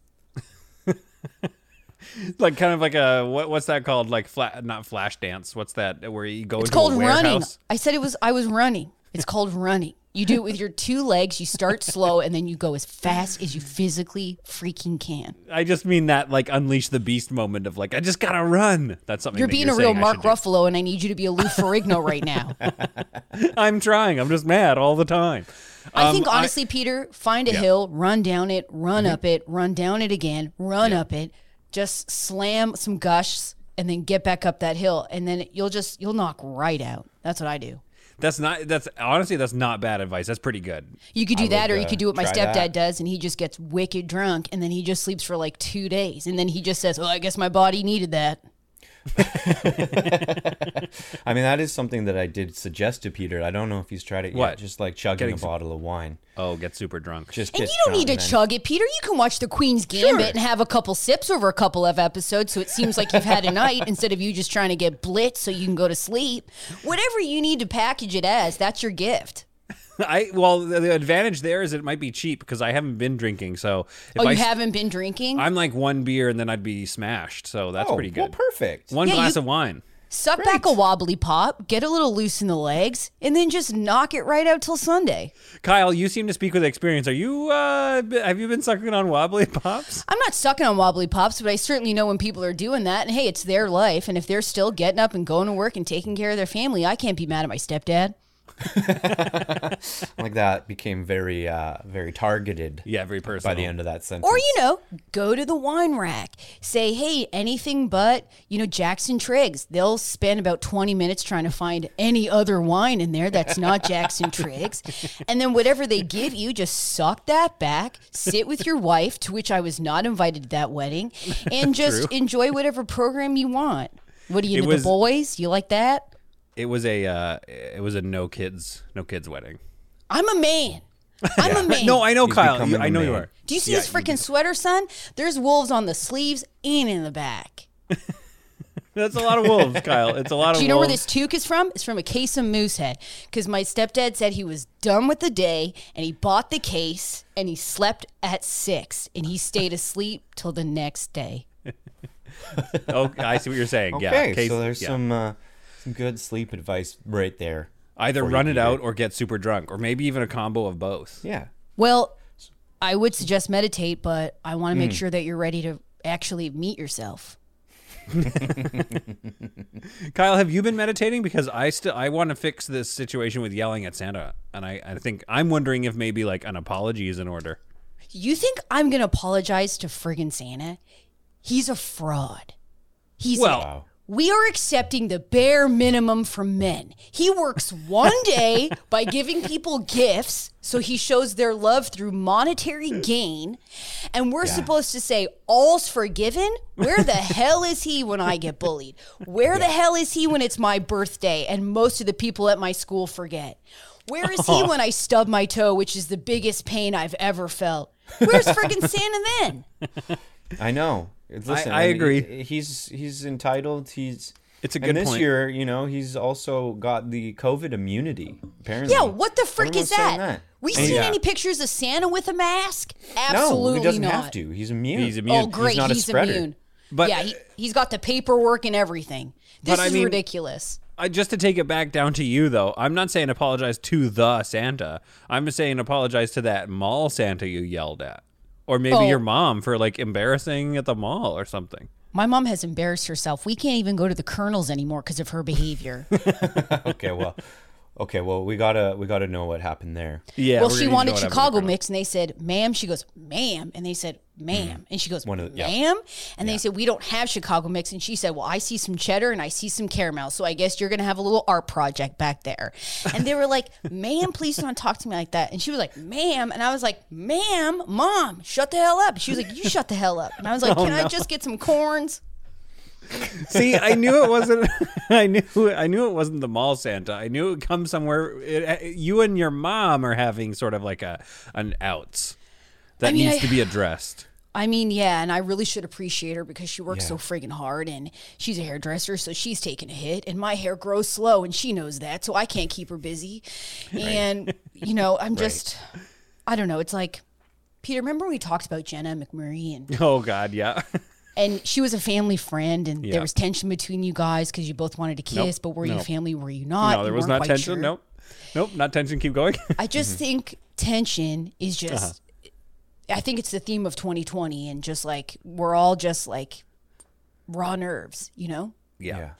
[SPEAKER 2] Like kind of like a what what's that called? Like flat not flash dance. What's that where you go
[SPEAKER 4] It's
[SPEAKER 2] into
[SPEAKER 4] called
[SPEAKER 2] a
[SPEAKER 4] running.
[SPEAKER 2] warehouse?
[SPEAKER 4] I said it was, I was running. It's called running. You do it with your two legs. You start slow and then you go as fast as you physically freaking can.
[SPEAKER 2] I just mean that like unleash the beast moment of like I just gotta run. That's something
[SPEAKER 4] You're
[SPEAKER 2] that
[SPEAKER 4] being a real
[SPEAKER 2] saying I
[SPEAKER 4] Mark
[SPEAKER 2] should do.
[SPEAKER 4] Ruffalo and I need you to be a Lou Ferrigno right now.
[SPEAKER 2] I'm trying. I'm just mad all the time.
[SPEAKER 4] I
[SPEAKER 2] Um, Mm-hmm.
[SPEAKER 4] think honestly, Peter, find a hill, run down it, run up it, run down it again, run up it, just slam some gushs and then get back up that hill and then you'll just you'll knock right out. That's what I do.
[SPEAKER 2] That's not. That's honestly, that's not bad advice. That's pretty good.
[SPEAKER 4] You could do that
[SPEAKER 1] would,
[SPEAKER 4] or you
[SPEAKER 1] uh,
[SPEAKER 4] could do what my
[SPEAKER 1] try
[SPEAKER 4] stepdad
[SPEAKER 1] that.
[SPEAKER 4] does and he just gets wicked drunk and then he just sleeps for like 2 days and then he just says, "Oh, I guess my body needed that."
[SPEAKER 1] I mean, that is something that I did suggest to Peter. I don't know if he's tried it
[SPEAKER 2] What?
[SPEAKER 1] yet. Just like chugging
[SPEAKER 2] Getting
[SPEAKER 1] a
[SPEAKER 2] some-
[SPEAKER 1] bottle of wine.
[SPEAKER 2] Oh, get super drunk.
[SPEAKER 1] Just
[SPEAKER 4] And
[SPEAKER 1] get
[SPEAKER 4] you don't
[SPEAKER 1] drunk
[SPEAKER 4] need to
[SPEAKER 1] and then-
[SPEAKER 4] chug it, Peter. You can watch The Queen's Gambit and have a couple sips over a couple of episodes so it seems like you've had a night instead of you just trying to get blitzed so you can go to sleep. Whatever you need to package it as, that's your gift.
[SPEAKER 2] I well, the, the advantage there is it might be cheap because I haven't been drinking. So if
[SPEAKER 4] Oh,
[SPEAKER 2] I,
[SPEAKER 4] you haven't been drinking?
[SPEAKER 2] am like one beer and then I'd be smashed. So that's
[SPEAKER 1] Oh,
[SPEAKER 2] pretty
[SPEAKER 1] Well,
[SPEAKER 2] good.
[SPEAKER 1] perfect.
[SPEAKER 2] One
[SPEAKER 4] Yeah,
[SPEAKER 2] glass
[SPEAKER 4] you-
[SPEAKER 2] of wine.
[SPEAKER 4] Suck back a wobbly pop, get a little loose in the legs, and then just knock it right out till Sunday.
[SPEAKER 2] Kyle, you seem to speak with experience. Are you? uh b- Have you been sucking on wobbly pops?
[SPEAKER 4] I'm not sucking on wobbly pops, but I certainly know when people are doing that. And hey, it's their life. And if they're still getting up and going to work and taking care of their family, I can't be mad at my stepdad.
[SPEAKER 1] like that became very, uh, very targeted.
[SPEAKER 2] Yeah, very
[SPEAKER 1] By
[SPEAKER 2] personal.
[SPEAKER 1] the end of that sentence.
[SPEAKER 4] Or, you know, go to the wine rack. Say, hey, anything but, you know, Jackson Triggs. They'll spend about 20 minutes trying to find any other wine in there that's not Jackson Triggs. And then whatever they give you, just suck that back, sit with your wife, to which I was not invited to that wedding, and just enjoy whatever program you want. What do you
[SPEAKER 2] It
[SPEAKER 4] do?
[SPEAKER 2] was-
[SPEAKER 4] the boys? You like that?
[SPEAKER 2] It was a uh, it was a no kids no kids wedding.
[SPEAKER 4] I'm a man. I'm a man.
[SPEAKER 2] No, I know
[SPEAKER 1] He's
[SPEAKER 2] Kyle. You,
[SPEAKER 1] becoming
[SPEAKER 2] I
[SPEAKER 1] a
[SPEAKER 2] know you
[SPEAKER 1] man.
[SPEAKER 2] are.
[SPEAKER 4] Do you see
[SPEAKER 2] Yeah,
[SPEAKER 4] his freaking sweater, son? There's wolves on the sleeves and in the back.
[SPEAKER 2] That's a lot of wolves, Kyle. It's a lot of
[SPEAKER 4] Do you know where
[SPEAKER 2] wolves.
[SPEAKER 4] this toque is from? It's from a case of Moosehead. Because my stepdad said he was done with the day and he bought the case and he slept at six and he stayed asleep till the next day.
[SPEAKER 2] Oh, I see what you're saying.
[SPEAKER 1] Okay,
[SPEAKER 2] yeah. Case-
[SPEAKER 1] so there's
[SPEAKER 2] yeah.
[SPEAKER 1] some uh, some good sleep advice right there.
[SPEAKER 2] either
[SPEAKER 1] before you
[SPEAKER 2] run
[SPEAKER 1] can
[SPEAKER 2] it
[SPEAKER 1] do
[SPEAKER 2] out or get super drunk or maybe even a combo of both.
[SPEAKER 1] Yeah.
[SPEAKER 4] Well, I would suggest meditate, but I want to make sure that you're ready to actually meet yourself.
[SPEAKER 2] Kyle, have you been meditating? Because I still I want to fix this situation with yelling at Santa, and I, I think I'm wondering if maybe like an apology is in order.
[SPEAKER 4] You think I'm going to apologize to friggin' Santa? He's a fraud. He's
[SPEAKER 2] Well,
[SPEAKER 1] Wow.
[SPEAKER 4] We are accepting the bare minimum from men. He works one day by giving people gifts, so he shows their love through monetary gain. And we're supposed to say, all's forgiven? Where the hell is he when I get bullied? Where the hell is he when it's my birthday and most of the people at my school forget? Where is he when I stub my toe, which is the biggest pain I've ever felt? Where's freaking Santa then?
[SPEAKER 1] I know. Listen,
[SPEAKER 2] I
[SPEAKER 1] mean,
[SPEAKER 2] agree.
[SPEAKER 1] he- he's he's entitled. He's
[SPEAKER 2] It's a good
[SPEAKER 1] and this
[SPEAKER 2] point.
[SPEAKER 1] year, you know, he's also got the COVID immunity. Apparently,
[SPEAKER 4] Yeah, what the frick
[SPEAKER 1] Everyone's
[SPEAKER 4] is
[SPEAKER 1] saying
[SPEAKER 4] that?
[SPEAKER 1] that.
[SPEAKER 4] We
[SPEAKER 1] And-
[SPEAKER 4] seen
[SPEAKER 1] Yeah.
[SPEAKER 4] any pictures of Santa with a mask?
[SPEAKER 1] no,
[SPEAKER 4] Absolutely
[SPEAKER 1] he doesn't
[SPEAKER 4] not.
[SPEAKER 1] have to. He's immune.
[SPEAKER 2] He's immune.
[SPEAKER 4] Oh, great, he's,
[SPEAKER 1] not a spreader.
[SPEAKER 4] immune.
[SPEAKER 2] But-
[SPEAKER 4] yeah, he, he's got the paperwork and everything. This
[SPEAKER 2] But I
[SPEAKER 4] is
[SPEAKER 2] mean-
[SPEAKER 4] ridiculous.
[SPEAKER 2] I just to take it back down to you though, I'm not saying apologize to the Santa. I'm saying apologize to that mall Santa you yelled at. Or maybe
[SPEAKER 4] Oh.
[SPEAKER 2] your mom for like embarrassing at the mall or something.
[SPEAKER 4] My mom has embarrassed herself. We can't even go to the colonel's anymore because of her behavior.
[SPEAKER 1] okay, well, okay, well, we gotta we gotta know what happened there.
[SPEAKER 2] Yeah.
[SPEAKER 4] well,
[SPEAKER 2] we're
[SPEAKER 4] she
[SPEAKER 2] gonna need
[SPEAKER 4] wanted
[SPEAKER 2] to know what happened to
[SPEAKER 4] Chicago
[SPEAKER 2] Colonel.
[SPEAKER 4] mix, and they said, "Ma'am." She goes, "Ma'am," and they said, "Ma'am," and she goes,
[SPEAKER 1] One of the- yeah.
[SPEAKER 4] "Ma'am," and they said, "We don't have Chicago mix," and she said, "Well, I see some cheddar and I see some caramel, so I guess you're gonna have a little art project back there." And they were like, "Ma'am, please don't talk to me like that." And she was like, "Ma'am," and I was like, "Ma'am, mom, shut the hell up." She was like, "You shut the hell up," and I was like, "Can I just get some corns?"
[SPEAKER 2] See, I knew it wasn't. I knew. I knew it wasn't the mall Santa. I knew it would come somewhere. It, uh, you and your mom are having sort of like a an outs that
[SPEAKER 4] I mean,
[SPEAKER 2] needs
[SPEAKER 4] I-
[SPEAKER 2] to be addressed.
[SPEAKER 4] I mean, yeah, and I really should appreciate her because she works so
[SPEAKER 1] Yeah.
[SPEAKER 4] friggin' hard and she's a hairdresser, so she's taking a hit. And my hair grows slow and she knows that, so I can't keep her busy. And, you know, I'm just, I don't know. It's like, Peter, remember we talked about Jenna McMurray and
[SPEAKER 2] Oh God, yeah.
[SPEAKER 4] and she was a family friend and
[SPEAKER 2] Yeah.
[SPEAKER 4] there was tension between you guys because you both wanted to kiss, but were you
[SPEAKER 2] Nope.
[SPEAKER 4] family? Were you not?
[SPEAKER 2] no,
[SPEAKER 4] You
[SPEAKER 2] there was
[SPEAKER 4] weren't
[SPEAKER 2] not
[SPEAKER 4] quite
[SPEAKER 2] tension.
[SPEAKER 4] sure.
[SPEAKER 2] Nope, nope, not tension. Keep going.
[SPEAKER 4] I just think tension is just.
[SPEAKER 2] Uh-huh.
[SPEAKER 4] I think it's the theme of 2020, and just like we're all just like raw nerves, you know.
[SPEAKER 2] yeah,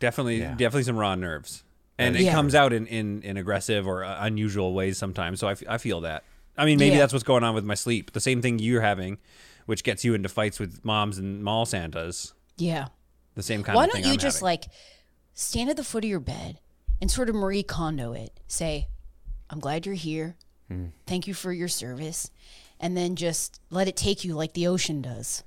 [SPEAKER 2] definitely, definitely some raw nerves, and it
[SPEAKER 4] Yeah.
[SPEAKER 2] comes out in in in aggressive or uh, unusual ways sometimes. So I, f- I feel that. I mean, maybe
[SPEAKER 4] Yeah.
[SPEAKER 2] that's what's going on with my sleep. The same thing you're having, which gets you into fights with moms and mall Santas.
[SPEAKER 4] Yeah.
[SPEAKER 2] The same kind
[SPEAKER 4] Why
[SPEAKER 2] of
[SPEAKER 4] don't
[SPEAKER 2] thing.
[SPEAKER 4] you
[SPEAKER 2] I'm
[SPEAKER 4] just
[SPEAKER 2] having.
[SPEAKER 4] like stand at the foot of your bed and sort of Marie Kondo it? Say, "I'm glad you're here.
[SPEAKER 2] Hmm.
[SPEAKER 4] Thank you for your service," and then just let it take you like the ocean does.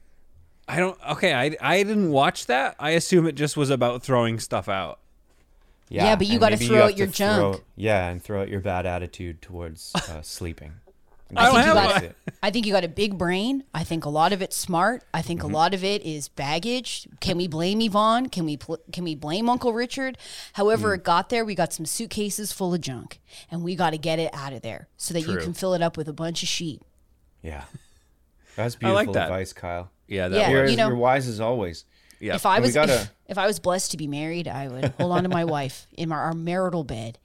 [SPEAKER 2] I don't. Okay, I I didn't watch that. I assume it just was about throwing stuff out.
[SPEAKER 4] Yeah, but you
[SPEAKER 1] and
[SPEAKER 4] gotta
[SPEAKER 1] maybe
[SPEAKER 4] throw
[SPEAKER 1] have
[SPEAKER 4] out your
[SPEAKER 1] to throw-
[SPEAKER 4] junk.
[SPEAKER 1] yeah, and throw out your bad attitude towards uh, sleeping.
[SPEAKER 2] I don't
[SPEAKER 4] think you
[SPEAKER 2] have
[SPEAKER 4] got
[SPEAKER 2] one.
[SPEAKER 1] it.
[SPEAKER 4] I think you got a big brain. I think a lot of it's smart. I think
[SPEAKER 1] Mm-hmm.
[SPEAKER 4] a lot of it is baggage. Can we blame Yvonne? Can we pl- can we blame Uncle Richard? However,
[SPEAKER 1] Mm.
[SPEAKER 4] it got there. We got some suitcases full of junk, and we got to get it out of there so that you
[SPEAKER 2] True.
[SPEAKER 4] can fill it up with a bunch of sheep.
[SPEAKER 1] Yeah, that's
[SPEAKER 2] I
[SPEAKER 1] beautiful
[SPEAKER 2] like that.
[SPEAKER 1] advice, Kyle.
[SPEAKER 2] Yeah, that
[SPEAKER 4] Yeah.
[SPEAKER 2] was.
[SPEAKER 1] You're,
[SPEAKER 4] you know-
[SPEAKER 1] you're wise as always.
[SPEAKER 2] Yeah.
[SPEAKER 4] If I
[SPEAKER 1] And we
[SPEAKER 4] was
[SPEAKER 1] gotta-
[SPEAKER 4] if, if I was blessed to be married, I would hold on to my wife in our, our marital bed,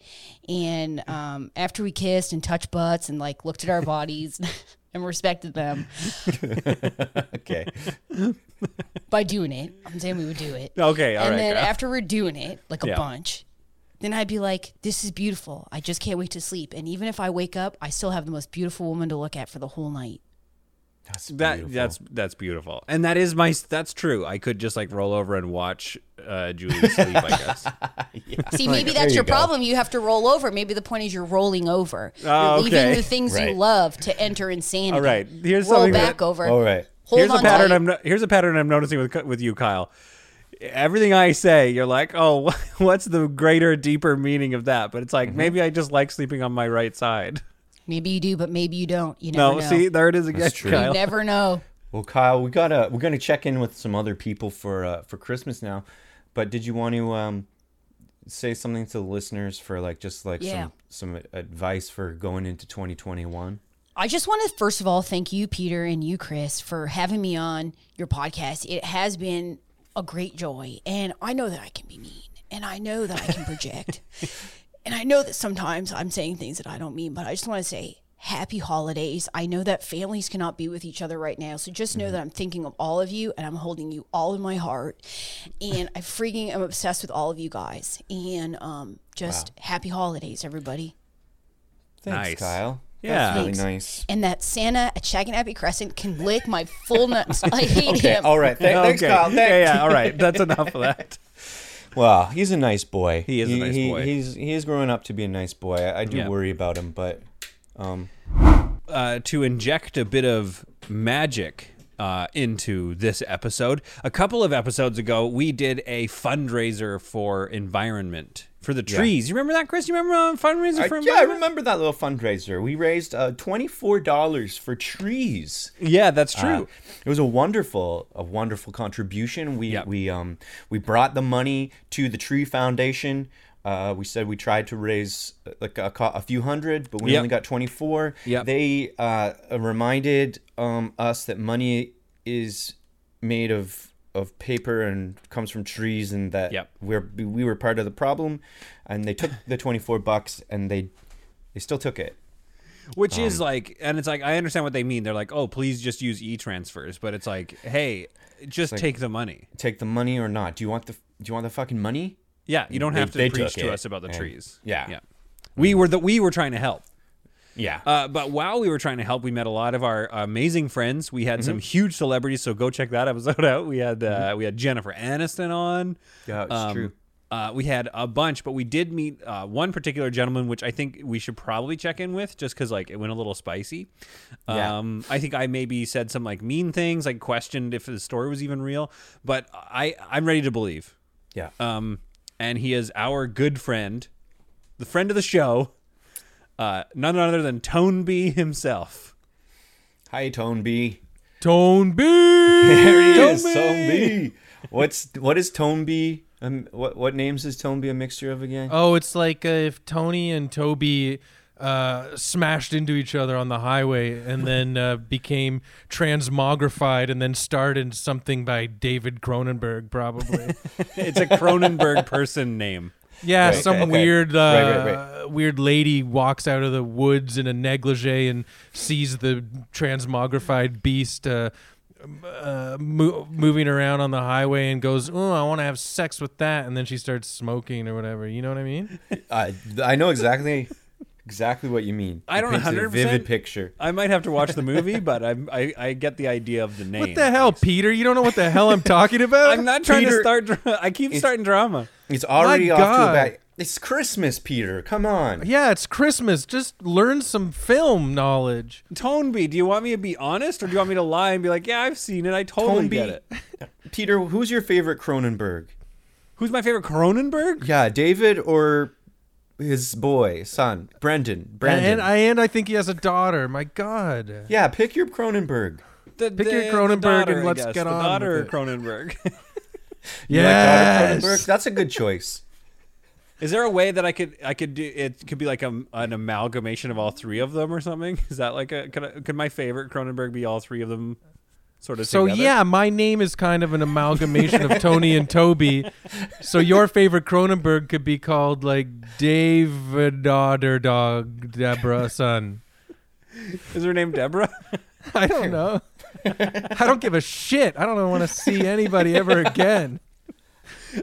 [SPEAKER 4] and um, after we kissed and touched butts and like looked at our bodies and respected them
[SPEAKER 1] Okay,
[SPEAKER 4] by doing it, I'm saying we would do it.
[SPEAKER 2] Okay, all right.
[SPEAKER 4] and then
[SPEAKER 2] girl.
[SPEAKER 4] after we're doing it like a
[SPEAKER 2] Yeah.
[SPEAKER 4] bunch then i'd be like this is beautiful i just can't wait to sleep and even if i wake up i still have the most beautiful woman to look at for the whole night
[SPEAKER 1] that's
[SPEAKER 2] that
[SPEAKER 1] beautiful.
[SPEAKER 2] that's that's beautiful, and that is my that's true. I could just like roll over and watch uh, Julie sleep. I guess.
[SPEAKER 4] see maybe
[SPEAKER 1] there
[SPEAKER 4] that's
[SPEAKER 1] you
[SPEAKER 4] your
[SPEAKER 1] go.
[SPEAKER 4] problem you have to roll over maybe the point is you're rolling over
[SPEAKER 2] Ah,
[SPEAKER 4] you're leaving
[SPEAKER 2] okay.
[SPEAKER 4] the things you
[SPEAKER 1] Right.
[SPEAKER 4] love to enter insanity
[SPEAKER 2] All right, here's
[SPEAKER 4] roll
[SPEAKER 2] something
[SPEAKER 4] back
[SPEAKER 2] that-
[SPEAKER 4] over
[SPEAKER 1] all right.
[SPEAKER 4] hold
[SPEAKER 2] here's
[SPEAKER 4] on
[SPEAKER 2] a pattern
[SPEAKER 4] tight.
[SPEAKER 2] I'm no- here's a pattern I'm noticing with with you, Kyle. everything I say, you're like, oh, what's the greater, deeper meaning of that? But it's like
[SPEAKER 1] Mm-hmm.
[SPEAKER 2] maybe I just like sleeping on my right side.
[SPEAKER 4] Maybe you do, but maybe you don't. You never
[SPEAKER 2] No,
[SPEAKER 4] know.
[SPEAKER 2] see, there it is again.
[SPEAKER 1] That's true.
[SPEAKER 4] you
[SPEAKER 2] Kyle.
[SPEAKER 4] never know.
[SPEAKER 1] Well, Kyle, we gotta we're gonna check in with some other people for uh, for Christmas now. But did you want to um, say something to the listeners for like just like
[SPEAKER 4] Yeah.
[SPEAKER 1] some some advice for going into 2021?
[SPEAKER 4] I just want to first of all thank you, Peter, and you, Chris, for having me on your podcast. It has been a great joy, and I know that I can be mean, and I know that I can project, and I know that sometimes I'm saying things that I don't mean. But I just want to say happy holidays. I know that families cannot be with each other right now, so just know that I'm thinking of all of you, and I'm holding you all in my heart, and I freaking am obsessed with all of you guys, and um, just happy holidays, everybody.
[SPEAKER 1] Thanks,
[SPEAKER 2] Nice.
[SPEAKER 1] Kyle.
[SPEAKER 2] Yeah.
[SPEAKER 1] That's really
[SPEAKER 4] Thanks.
[SPEAKER 1] nice.
[SPEAKER 4] and that Santa at Shaganappy Crescent can lick my full nuts. I hate
[SPEAKER 1] Okay,
[SPEAKER 4] him.
[SPEAKER 1] all right. Th- Thanks,
[SPEAKER 2] okay.
[SPEAKER 1] Kyle. Thanks.
[SPEAKER 2] Yeah, yeah, all right. That's enough of that.
[SPEAKER 1] Well, he's a nice boy.
[SPEAKER 2] He is a nice boy.
[SPEAKER 1] He's he is growing up to be a nice boy. I, I do
[SPEAKER 2] Yeah.
[SPEAKER 1] worry about him, but
[SPEAKER 2] uh, to inject a bit of magic uh, into this episode. A couple of episodes ago, we did a fundraiser for environment for the trees. You remember that, Chris? You remember uh, fundraiser
[SPEAKER 1] I,
[SPEAKER 2] for
[SPEAKER 1] yeah, I
[SPEAKER 2] environment?
[SPEAKER 1] remember that little fundraiser. We raised uh, twenty four dollars for trees.
[SPEAKER 2] Yeah, that's true.
[SPEAKER 1] Uh, it was a wonderful, a wonderful contribution. We
[SPEAKER 2] Yep.
[SPEAKER 1] we um we brought the money to the Tree Foundation. Uh, we said we tried to raise uh, like a, co- a few hundred, but we
[SPEAKER 2] Yep.
[SPEAKER 1] only got twenty four.
[SPEAKER 2] Yep.
[SPEAKER 1] They uh, reminded um, us that money is made of of paper and comes from trees, and that
[SPEAKER 2] Yep.
[SPEAKER 1] we're we were part of the problem. And they took the twenty four bucks, and they they still took it.
[SPEAKER 2] Which is
[SPEAKER 1] um,
[SPEAKER 2] like, and it's like, I understand what they mean. They're like, oh, please just use e transfers. But it's like, hey, just take the money.
[SPEAKER 1] Take the money or not? Do you want the Do you want the fucking money?
[SPEAKER 2] Yeah, you don't
[SPEAKER 1] They-
[SPEAKER 2] have to
[SPEAKER 1] they
[SPEAKER 2] preach
[SPEAKER 1] took
[SPEAKER 2] to
[SPEAKER 1] it,
[SPEAKER 2] us about the
[SPEAKER 1] and-
[SPEAKER 2] trees.
[SPEAKER 1] yeah. Mm.
[SPEAKER 2] yeah. We were the we were trying to help.
[SPEAKER 1] Yeah.
[SPEAKER 2] Uh, but while we were trying to help, we met a lot of our amazing friends. We had
[SPEAKER 1] Mm-hmm.
[SPEAKER 2] some huge celebrities, so go check that episode out. We had uh, we had Jennifer Aniston on.
[SPEAKER 1] Yeah, it's
[SPEAKER 2] Um,
[SPEAKER 1] true.
[SPEAKER 2] Uh, we had a bunch, but we did meet uh, one particular gentleman, which I think we should probably check in with, just because like it went a little spicy.
[SPEAKER 1] Yeah.
[SPEAKER 2] Um, I think I maybe said some like mean things, like questioned if the story was even real. But I I'm ready to believe.
[SPEAKER 1] Yeah.
[SPEAKER 2] Um, and he is our good friend, the friend of the show, uh, none other than Tone B himself.
[SPEAKER 1] Hi, Tone B.
[SPEAKER 2] Tone B.
[SPEAKER 1] There he
[SPEAKER 2] Tone
[SPEAKER 1] is,
[SPEAKER 2] B!
[SPEAKER 1] Tone B. What's what is Tone B? Um, what what names is Tone B a mixture of again?
[SPEAKER 5] Oh, it's like uh, if Tony and Toby uh, smashed into each other on the highway and then uh, became transmogrified and then started something by David Cronenberg, probably.
[SPEAKER 2] it's a Cronenberg person name.
[SPEAKER 5] yeah,
[SPEAKER 1] Right,
[SPEAKER 5] some
[SPEAKER 1] okay, okay.
[SPEAKER 5] weird, uh,
[SPEAKER 1] Right, right,
[SPEAKER 5] weird lady walks out of the woods in a negligee and sees the transmogrified beast. Uh, uh, mo- moving around on the highway and goes, oh, I want to have sex with that, and then she starts smoking or whatever. You know what I mean?
[SPEAKER 1] I I know exactly exactly what you mean.
[SPEAKER 2] I don't
[SPEAKER 1] It paints a
[SPEAKER 2] 100%
[SPEAKER 1] vivid picture.
[SPEAKER 2] I might have to watch the movie, but I'm, I I get the idea of the name.
[SPEAKER 5] What the hell, Peter? You don't know what the hell I'm talking about?
[SPEAKER 2] I'm not trying
[SPEAKER 1] Peter-
[SPEAKER 2] to start. Dra- I keep starting drama.
[SPEAKER 1] It's already
[SPEAKER 5] My
[SPEAKER 1] off to a
[SPEAKER 5] God.
[SPEAKER 1] bad. It's Christmas, Peter. Come on.
[SPEAKER 5] Yeah, it's Christmas. Just learn some film knowledge.
[SPEAKER 2] Tone B, do you want me to be honest, or do you want me to lie and be like, yeah, I've seen it. I totally
[SPEAKER 1] Tone B.
[SPEAKER 2] get it.
[SPEAKER 1] Peter, who's your favorite Cronenberg?
[SPEAKER 2] Who's my favorite Cronenberg?
[SPEAKER 1] Yeah, David or his boy son, Brendan. Brendan.
[SPEAKER 5] And I and I think he has a daughter. My God.
[SPEAKER 1] yeah, pick your Cronenberg.
[SPEAKER 2] The,
[SPEAKER 5] Pick your
[SPEAKER 2] the- the
[SPEAKER 5] Cronenberg and
[SPEAKER 2] daughter, I
[SPEAKER 5] let's
[SPEAKER 2] guess.
[SPEAKER 5] get
[SPEAKER 2] the
[SPEAKER 5] on
[SPEAKER 2] Daughter
[SPEAKER 5] with it.
[SPEAKER 2] Cronenberg.
[SPEAKER 1] Daughter
[SPEAKER 5] Yes.
[SPEAKER 1] Cronenberg. That's a good choice.
[SPEAKER 2] Is there a way that I could I could do it? Could be like a, an amalgamation of all three of them or something? Is that like a could, I, could my favorite Cronenberg be all three of them? Sort of.
[SPEAKER 5] So
[SPEAKER 2] together?
[SPEAKER 5] yeah, my name is kind of an amalgamation of Tony and Toby. So your favorite Cronenberg could be called like David Daughter Dog Deborah Son.
[SPEAKER 2] Is her name Deborah?
[SPEAKER 5] I don't know. I don't give a shit. I don't want to see anybody ever again.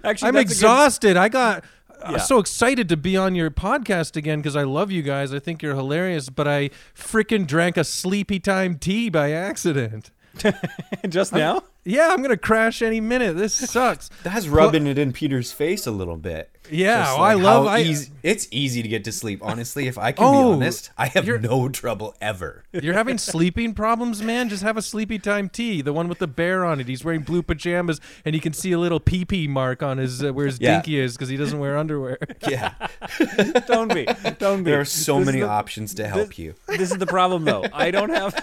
[SPEAKER 2] Actually, that's a
[SPEAKER 5] I'm
[SPEAKER 2] good-
[SPEAKER 5] exhausted. I got I'm
[SPEAKER 2] Yeah.
[SPEAKER 5] so excited to be on your podcast again because I love you guys. I think you're hilarious, but I freaking drank a sleepy time tea by accident.
[SPEAKER 2] just now.
[SPEAKER 5] Yeah, I'm gonna crash any minute. This sucks.
[SPEAKER 1] That's rubbing it in Peter's face a little bit.
[SPEAKER 5] Yeah,
[SPEAKER 1] Just
[SPEAKER 5] well, I
[SPEAKER 1] like
[SPEAKER 5] love.
[SPEAKER 1] how
[SPEAKER 5] I,
[SPEAKER 1] easy- it's easy to get to sleep, honestly. If I can
[SPEAKER 5] Oh,
[SPEAKER 1] be honest, I have
[SPEAKER 5] you're-
[SPEAKER 1] no trouble ever.
[SPEAKER 5] You're having sleeping problems, man. Just have a sleepy time tea. The one with the bear on it. He's wearing blue pajamas, and you can see a little pee pee mark on his uh, where his
[SPEAKER 1] Yeah.
[SPEAKER 5] dinky is because he doesn't wear underwear.
[SPEAKER 1] Yeah,
[SPEAKER 2] Don't be. Don't be.
[SPEAKER 1] there are so
[SPEAKER 2] This is
[SPEAKER 1] many
[SPEAKER 2] the-
[SPEAKER 1] options to help you.
[SPEAKER 2] This is the problem, though. I don't have.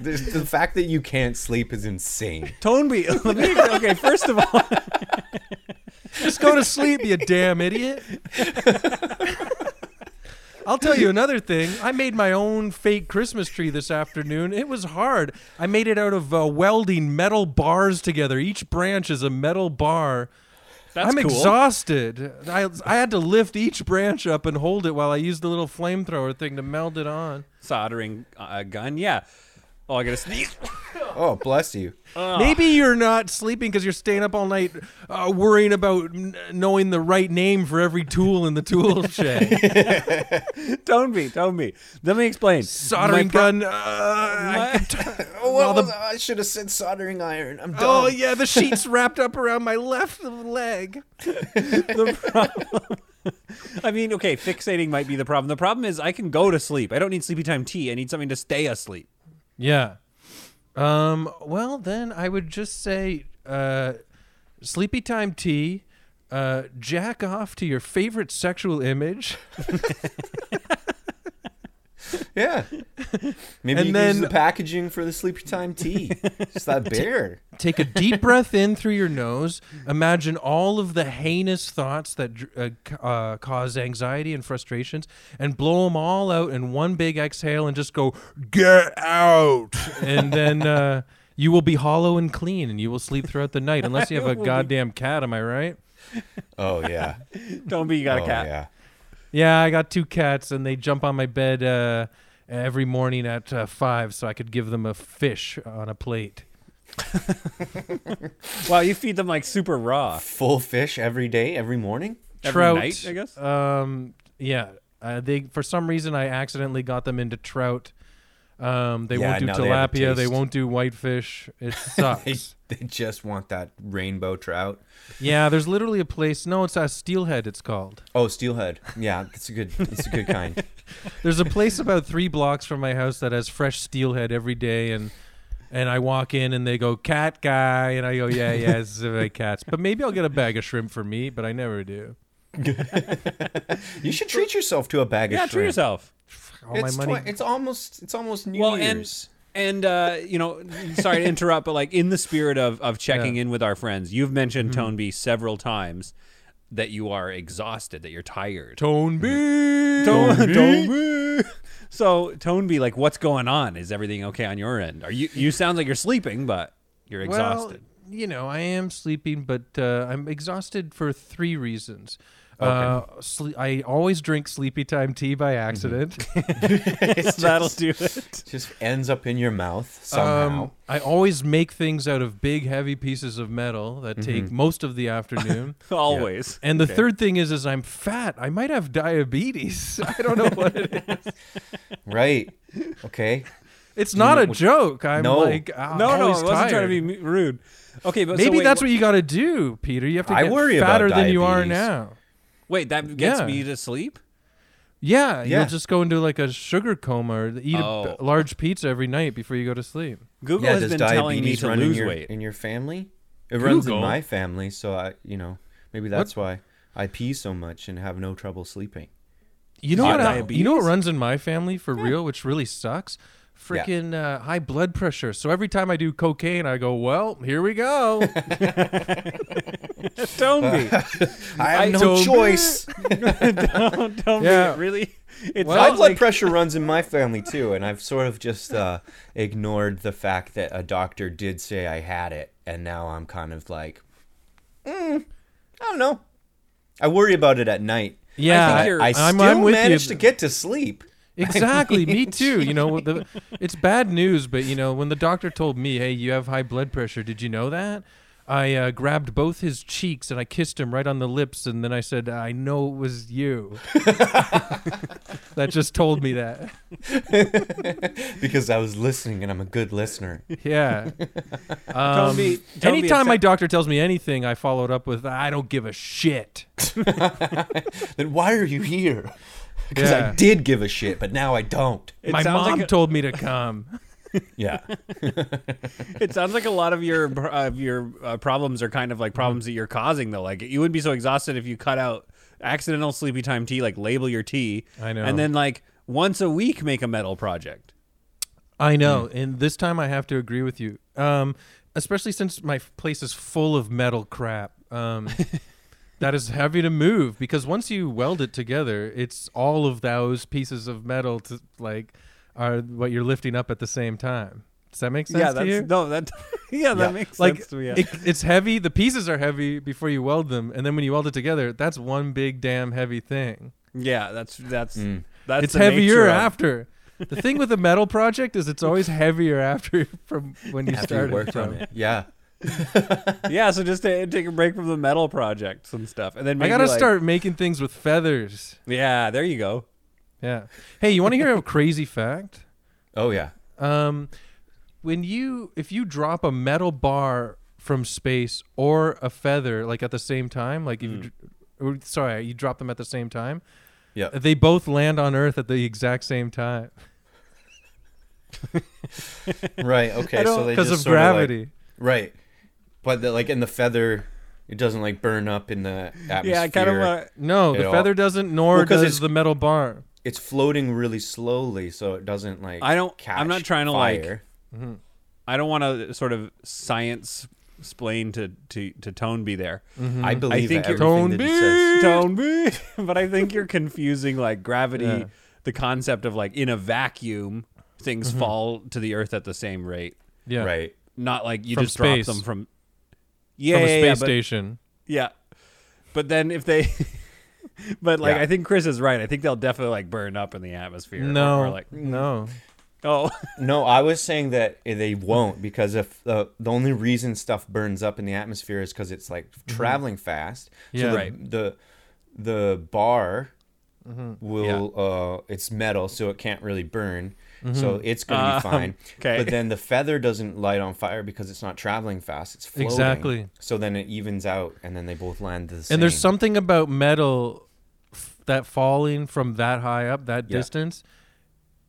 [SPEAKER 1] There's, the fact that you can't sleep is insane.
[SPEAKER 2] Toneby. Let me, okay, first of all,
[SPEAKER 5] Just go to sleep, you damn idiot. I'll tell you another thing. I made my own fake Christmas tree this afternoon. It was hard. I made it out of uh, welding metal bars together. Each branch is a metal bar.
[SPEAKER 2] that's
[SPEAKER 5] I'm
[SPEAKER 2] cool.
[SPEAKER 5] exhausted. I, I had to lift each branch up and hold it while I used the little flamethrower thing to meld it on.
[SPEAKER 2] Soldering uh, gun. Yeah. Oh, I gotta sneeze.
[SPEAKER 1] Oh, bless you.
[SPEAKER 5] Maybe you're not sleeping because you're staying up all night uh, worrying about n- knowing the right name for every tool in the tool shed.
[SPEAKER 2] Don't be. Don't be. Let me explain.
[SPEAKER 5] Soldering
[SPEAKER 2] My pro-
[SPEAKER 5] gun. Uh, I
[SPEAKER 2] my-
[SPEAKER 1] Oh, what
[SPEAKER 5] the-
[SPEAKER 1] was- I should have said soldering iron. I'm done.
[SPEAKER 5] Oh yeah, the sheet's wrapped up around my left leg.
[SPEAKER 2] the problem. I mean, okay, fixating might be the problem. The problem is I can go to sleep. I don't need sleepy time tea. I need something to stay asleep.
[SPEAKER 5] Yeah. Um. Well, then I would just say, uh, sleepy time tea. Uh, jack off to your favorite sexual image.
[SPEAKER 1] Yeah. Maybe
[SPEAKER 5] And
[SPEAKER 1] you
[SPEAKER 5] then-
[SPEAKER 1] can use the packaging for the sleepy time tea. It's that bear.
[SPEAKER 5] Take a deep breath in through your nose. Imagine all of the heinous thoughts that dr- uh, c- uh, cause anxiety and frustrations, and blow them all out in one big exhale, and just go get out. And then uh, you will be hollow and clean, and you will sleep throughout the night, unless you have a goddamn cat. Am I right?
[SPEAKER 1] Oh yeah.
[SPEAKER 2] Don't be. You got
[SPEAKER 1] oh
[SPEAKER 2] a cat.
[SPEAKER 1] yeah.
[SPEAKER 5] Yeah, I got two cats, and they jump on my bed uh, every morning at uh, five, so I could give them a fish on a plate.
[SPEAKER 2] Wow, you feed them like super raw.
[SPEAKER 1] Full fish every day, every morning.
[SPEAKER 2] Every
[SPEAKER 5] trout.
[SPEAKER 2] night, I guess?
[SPEAKER 5] Um, yeah, uh, they for some reason I accidentally got them into trout. Um, they
[SPEAKER 1] Yeah,
[SPEAKER 5] won't do
[SPEAKER 1] now they have a
[SPEAKER 5] tilapia. They,
[SPEAKER 1] taste.
[SPEAKER 5] won't do whitefish.
[SPEAKER 1] They,
[SPEAKER 5] It sucks.
[SPEAKER 1] they just want that rainbow trout.
[SPEAKER 5] yeah, there's literally a place. No, it's a steelhead. It's called.
[SPEAKER 1] Oh, steelhead. Yeah, that's a good. That's a good kind.
[SPEAKER 5] There's a place about three blocks from my house that has fresh steelhead every day, and and I walk in and they go cat guy, and I go yeah yeah it's my cats, but maybe I'll get a bag of shrimp for me, but I never do.
[SPEAKER 1] You should treat yourself to a bag
[SPEAKER 2] yeah,
[SPEAKER 1] of shrimp.
[SPEAKER 2] treat yourself.
[SPEAKER 5] All
[SPEAKER 1] It's,
[SPEAKER 5] my money.
[SPEAKER 1] twi- it's almost. It's almost New
[SPEAKER 2] Well, and-
[SPEAKER 1] Year's.
[SPEAKER 2] And uh, you know, sorry to interrupt, but like in the spirit of of checking in with our friends, you've mentioned
[SPEAKER 5] Mm-hmm.
[SPEAKER 2] Tone B several times that you are exhausted, that you're tired.
[SPEAKER 5] Tone B.
[SPEAKER 2] Tone, Tone B. So Tone B, like, what's going on? Is everything okay on your end? Are you you sound like you're sleeping, but you're exhausted.
[SPEAKER 5] Well, you know, I am sleeping, but uh, I'm exhausted for three reasons. Uh, sle- I always drink sleepy time tea by
[SPEAKER 2] Mm-hmm.
[SPEAKER 5] accident.
[SPEAKER 1] It's
[SPEAKER 2] That'll
[SPEAKER 1] just,
[SPEAKER 2] do it.
[SPEAKER 1] just ends up in your mouth somehow.
[SPEAKER 5] um, I always make things out of big, heavy pieces of metal that
[SPEAKER 2] Mm-hmm.
[SPEAKER 5] take most of the afternoon.
[SPEAKER 2] Always.
[SPEAKER 5] And the third thing is, is I'm fat. I might have diabetes. I don't know what it is.
[SPEAKER 1] right. Okay.
[SPEAKER 5] It's not a joke. I'm
[SPEAKER 1] No.
[SPEAKER 5] like, I'm
[SPEAKER 2] No, no, I
[SPEAKER 5] always
[SPEAKER 2] wasn't trying to
[SPEAKER 5] tired.
[SPEAKER 2] be me- rude. Okay, but so
[SPEAKER 5] Maybe
[SPEAKER 2] wait,
[SPEAKER 5] that's
[SPEAKER 2] wh-
[SPEAKER 5] what you got to do, Peter. You have to
[SPEAKER 1] I
[SPEAKER 5] get
[SPEAKER 1] worry about
[SPEAKER 5] fatter than you are
[SPEAKER 1] diabetes.
[SPEAKER 5] now.
[SPEAKER 2] Wait, that gets
[SPEAKER 5] Yeah.
[SPEAKER 2] me to sleep.
[SPEAKER 5] Yeah,
[SPEAKER 1] Yeah.
[SPEAKER 5] you'll just go into like a sugar coma or eat
[SPEAKER 2] Oh.
[SPEAKER 5] a b- large pizza every night before you go to sleep.
[SPEAKER 2] Google
[SPEAKER 1] yeah.
[SPEAKER 2] has
[SPEAKER 1] Does
[SPEAKER 2] been telling me
[SPEAKER 1] diabetes
[SPEAKER 2] to
[SPEAKER 1] run in
[SPEAKER 2] lose
[SPEAKER 1] your
[SPEAKER 2] weight.
[SPEAKER 1] in your family? It runs in
[SPEAKER 5] Google.
[SPEAKER 1] my family, so I, you know, maybe that's why I pee so much and have no trouble sleeping.
[SPEAKER 5] You know
[SPEAKER 2] Hot
[SPEAKER 5] what? I- you know what
[SPEAKER 2] diabetes?
[SPEAKER 5] runs in my family for real, which really sucks. Freaking uh, high blood pressure. So every time I do cocaine, I go, "Well, here we go."
[SPEAKER 2] Don't be.
[SPEAKER 1] I have
[SPEAKER 2] I
[SPEAKER 1] no
[SPEAKER 2] don't-
[SPEAKER 1] choice.
[SPEAKER 2] don't don't
[SPEAKER 5] Yeah.
[SPEAKER 2] be really. It's
[SPEAKER 1] High
[SPEAKER 2] not
[SPEAKER 1] blood
[SPEAKER 2] like
[SPEAKER 1] pressure runs in my family too, and I've sort of just uh, ignored the fact that a doctor did say I had it, and now I'm kind of like, mm, I don't know. I worry about it at night.
[SPEAKER 5] yeah,
[SPEAKER 2] think
[SPEAKER 5] I,
[SPEAKER 2] you're-
[SPEAKER 1] I
[SPEAKER 5] I'm-
[SPEAKER 1] still
[SPEAKER 5] I'm with you.
[SPEAKER 1] managed to get to sleep.
[SPEAKER 5] exactly. me too. You know, the, it's bad news, but you know, when the doctor told me, "Hey, you have high blood pressure," did you know that? I uh, grabbed both his cheeks and I kissed him right on the lips, and then I said, "I know it was you." that just told me that.
[SPEAKER 1] because I was listening and I'm a good listener.
[SPEAKER 5] Yeah. Um,
[SPEAKER 2] Tell me- tell me a
[SPEAKER 5] Anytime
[SPEAKER 2] sen-
[SPEAKER 5] my doctor tells me anything, I follow it up with I don't give a shit.
[SPEAKER 1] then why are you here? Because
[SPEAKER 5] Yeah.
[SPEAKER 1] I did give a shit, but now I don't.
[SPEAKER 2] It
[SPEAKER 5] my
[SPEAKER 2] sounds
[SPEAKER 5] mom
[SPEAKER 2] like a-
[SPEAKER 5] told me to come.
[SPEAKER 1] Yeah.
[SPEAKER 2] It sounds like a lot of your of your uh, problems are kind of like problems that you're causing though. Like you would be so exhausted if you cut out accidental sleepy time tea, like label your tea.
[SPEAKER 5] I know.
[SPEAKER 2] And then like once a week make a metal project.
[SPEAKER 5] I know,
[SPEAKER 2] Mm.
[SPEAKER 5] and this time I have to agree with you. Um, especially since my f- place is full of metal crap. Um, that is heavy to move because once you weld it together, it's all of those pieces of metal to like are what you're lifting up at the same time. Does that make sense
[SPEAKER 2] yeah,
[SPEAKER 5] to
[SPEAKER 2] that's
[SPEAKER 5] you?
[SPEAKER 2] no that yeah, that makes
[SPEAKER 5] like
[SPEAKER 2] sense to me. yeah.
[SPEAKER 5] it, it's heavy the pieces are heavy before you weld them and then when you weld it together that's one big damn heavy thing
[SPEAKER 2] Yeah, that's that's that's
[SPEAKER 5] Mm. it's
[SPEAKER 2] the nature
[SPEAKER 5] heavier
[SPEAKER 2] of-
[SPEAKER 5] after the thing with a metal project is it's always heavier after from when you
[SPEAKER 1] After
[SPEAKER 5] started
[SPEAKER 1] you worked
[SPEAKER 5] from.
[SPEAKER 1] on it. Yeah.
[SPEAKER 2] Yeah, so just ta- take a break from the metal projects and stuff, and then
[SPEAKER 5] i
[SPEAKER 2] maybe
[SPEAKER 5] gotta
[SPEAKER 2] like-
[SPEAKER 5] start making things with feathers
[SPEAKER 2] Yeah, there you go.
[SPEAKER 5] yeah hey you want to hear a crazy fact
[SPEAKER 1] Oh yeah.
[SPEAKER 5] Um, when you if you drop a metal bar from space or a feather like at the same time, like
[SPEAKER 2] Hmm.
[SPEAKER 5] if you dr- or, sorry, you drop them at the same time.
[SPEAKER 1] Yeah.
[SPEAKER 5] They both land on Earth at the exact same time
[SPEAKER 1] Right. Okay. So they
[SPEAKER 5] because
[SPEAKER 1] just
[SPEAKER 5] of
[SPEAKER 1] sorta, like-
[SPEAKER 5] gravity.
[SPEAKER 1] right. But the, like in the feather, it doesn't like burn up in the atmosphere.
[SPEAKER 2] Yeah, I kind of want.
[SPEAKER 5] no,
[SPEAKER 1] It
[SPEAKER 5] the
[SPEAKER 1] all-
[SPEAKER 5] feather doesn't, nor
[SPEAKER 1] Well, 'cause it's-
[SPEAKER 5] does the metal bar.
[SPEAKER 1] It's floating really slowly, so it doesn't like.
[SPEAKER 2] I don't-
[SPEAKER 1] Catch
[SPEAKER 2] I'm not trying to, like-
[SPEAKER 1] fire.
[SPEAKER 2] I don't want to sort of science explain to to to Tone be there.
[SPEAKER 5] Mm-hmm.
[SPEAKER 1] I believe
[SPEAKER 2] Mm-hmm. think
[SPEAKER 1] everything
[SPEAKER 2] you're-
[SPEAKER 5] Tone
[SPEAKER 1] that he
[SPEAKER 5] B.
[SPEAKER 1] says.
[SPEAKER 2] Tone be, but I think you're confusing like gravity,
[SPEAKER 5] Yeah.
[SPEAKER 2] the concept of like in a vacuum things
[SPEAKER 5] Mm-hmm.
[SPEAKER 2] fall to the earth at the same rate,
[SPEAKER 5] Yeah,
[SPEAKER 1] Right.
[SPEAKER 2] not like you
[SPEAKER 5] From
[SPEAKER 2] just
[SPEAKER 5] space.
[SPEAKER 2] drop them from.
[SPEAKER 5] From
[SPEAKER 2] Yeah,
[SPEAKER 5] a
[SPEAKER 2] yeah,
[SPEAKER 5] space
[SPEAKER 2] yeah, but-
[SPEAKER 5] station.
[SPEAKER 2] Yeah. But then if they But like
[SPEAKER 1] Yeah.
[SPEAKER 2] I think Chris is right. I think they'll definitely like burn up in the atmosphere. or-
[SPEAKER 5] No,
[SPEAKER 2] Or, like mm,
[SPEAKER 5] no.
[SPEAKER 2] oh
[SPEAKER 1] No, I was saying that they won't because if uh, the only reason stuff burns up in the atmosphere is because it's like traveling fast.
[SPEAKER 5] Mm-hmm. Yeah.
[SPEAKER 1] so the,
[SPEAKER 2] Right.
[SPEAKER 1] the the bar
[SPEAKER 5] Mm-hmm.
[SPEAKER 1] will uh, it's metal, so it can't really burn.
[SPEAKER 5] Mm-hmm.
[SPEAKER 1] So it's gonna
[SPEAKER 5] Ah,
[SPEAKER 2] Um,
[SPEAKER 1] be fine.
[SPEAKER 2] okay.
[SPEAKER 1] But then the feather doesn't light on fire because it's not traveling fast. It's floating.
[SPEAKER 5] Exactly.
[SPEAKER 1] So then it evens out, and then they both land the same.
[SPEAKER 5] And there's something about metal f- that falling from that high up, that
[SPEAKER 1] Yeah.
[SPEAKER 5] distance.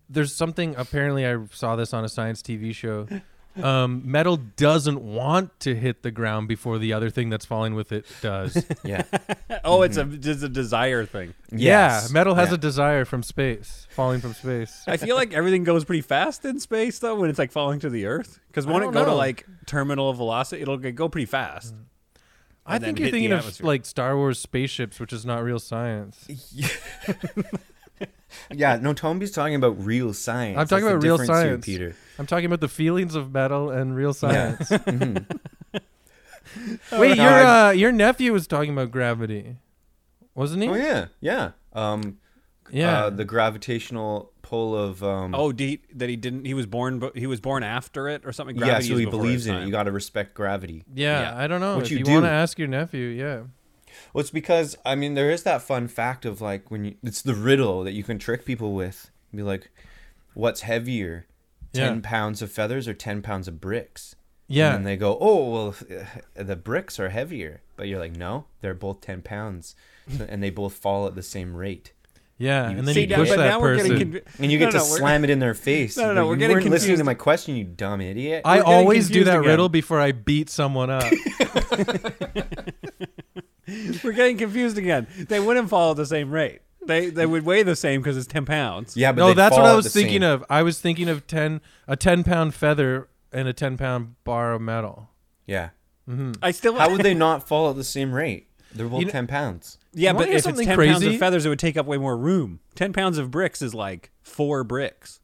[SPEAKER 5] There's something apparently I saw this on a science TV show. Um, metal doesn't want to hit the ground before the other thing that's falling with it does.
[SPEAKER 1] yeah.
[SPEAKER 2] oh it's a just a desire thing.
[SPEAKER 5] Yeah,
[SPEAKER 1] Yes.
[SPEAKER 5] metal has
[SPEAKER 1] Yeah.
[SPEAKER 5] a desire from space, falling from space.
[SPEAKER 2] I feel like everything goes pretty fast in space though when it's like falling to the earth cuz won't it
[SPEAKER 5] don't
[SPEAKER 2] go to
[SPEAKER 5] know.
[SPEAKER 2] like terminal velocity it'll g- go pretty fast.
[SPEAKER 1] Mm.
[SPEAKER 5] I
[SPEAKER 2] and then
[SPEAKER 5] think you're
[SPEAKER 2] hit the
[SPEAKER 5] thinking of
[SPEAKER 2] atmosphere.
[SPEAKER 5] like Star Wars spaceships, which is not real science.
[SPEAKER 1] Yeah, no, Tomby's talking about real science.
[SPEAKER 5] I'm talking
[SPEAKER 1] That's the
[SPEAKER 5] about real
[SPEAKER 1] difference here,
[SPEAKER 5] science.
[SPEAKER 1] Peter.
[SPEAKER 5] I'm talking about the feelings of metal and real
[SPEAKER 1] Yeah. Mm-hmm.
[SPEAKER 5] science. Wait,
[SPEAKER 1] No,
[SPEAKER 5] your
[SPEAKER 1] I-
[SPEAKER 5] uh, your nephew was talking about gravity, wasn't he?
[SPEAKER 1] Oh yeah, yeah. Um,
[SPEAKER 5] Yeah.
[SPEAKER 1] uh, the gravitational pull of um
[SPEAKER 2] Oh, did he, that he didn't he was born bu- he was born after it or something
[SPEAKER 1] yeah
[SPEAKER 2] Gravity
[SPEAKER 1] so
[SPEAKER 2] is
[SPEAKER 1] he
[SPEAKER 2] before
[SPEAKER 1] believes
[SPEAKER 2] his
[SPEAKER 1] in it
[SPEAKER 2] time.
[SPEAKER 1] you got to respect gravity
[SPEAKER 5] yeah,
[SPEAKER 2] yeah.
[SPEAKER 5] I don't know.
[SPEAKER 1] What
[SPEAKER 5] if
[SPEAKER 1] you
[SPEAKER 5] you want to
[SPEAKER 1] do.
[SPEAKER 5] ask your nephew, yeah.
[SPEAKER 1] well it's because i mean there is that fun fact of like when you it's the riddle that you can trick people with be like what's heavier 10
[SPEAKER 5] Yeah.
[SPEAKER 1] pounds of feathers or 10 pounds of bricks
[SPEAKER 5] Yeah.
[SPEAKER 1] and they go oh well uh, the bricks are heavier but you're like no they're both 10 pounds So- and they both fall at the same rate
[SPEAKER 5] Yeah, and then
[SPEAKER 1] See,
[SPEAKER 5] you
[SPEAKER 1] now-
[SPEAKER 5] push
[SPEAKER 1] but
[SPEAKER 5] that
[SPEAKER 2] now we're getting
[SPEAKER 5] person.
[SPEAKER 2] confu-
[SPEAKER 1] and you
[SPEAKER 2] No,
[SPEAKER 1] get
[SPEAKER 2] no,
[SPEAKER 1] to
[SPEAKER 2] we're-
[SPEAKER 1] slam it in their face
[SPEAKER 2] No, no,
[SPEAKER 1] You
[SPEAKER 2] no,
[SPEAKER 1] go,
[SPEAKER 2] we're
[SPEAKER 1] you
[SPEAKER 2] getting
[SPEAKER 1] weren't listening to
[SPEAKER 2] confused.
[SPEAKER 1] my question you dumb idiot
[SPEAKER 5] I
[SPEAKER 2] we're getting
[SPEAKER 5] always do
[SPEAKER 2] confused
[SPEAKER 5] that
[SPEAKER 2] again.
[SPEAKER 5] riddle before I beat someone up.
[SPEAKER 2] We're getting confused again. They wouldn't fall at the same rate. They they would weigh the same because it's ten pounds.
[SPEAKER 1] yeah but
[SPEAKER 5] no,
[SPEAKER 1] they
[SPEAKER 5] that's
[SPEAKER 1] fall
[SPEAKER 5] what I
[SPEAKER 1] at
[SPEAKER 5] was
[SPEAKER 1] the
[SPEAKER 5] thinking
[SPEAKER 1] same-
[SPEAKER 5] of. I was thinking of ten a ten pound feather and a ten pound bar of metal.
[SPEAKER 1] yeah
[SPEAKER 2] I still
[SPEAKER 1] How would they not fall at the same rate? They're both
[SPEAKER 5] You know-
[SPEAKER 1] ten pounds.
[SPEAKER 2] yeah,
[SPEAKER 5] You wanna
[SPEAKER 2] but
[SPEAKER 5] hear
[SPEAKER 2] if it's
[SPEAKER 5] something
[SPEAKER 2] ten pounds
[SPEAKER 5] crazy?
[SPEAKER 2] of feathers, it would take up way more room. Ten pounds of bricks is like four bricks.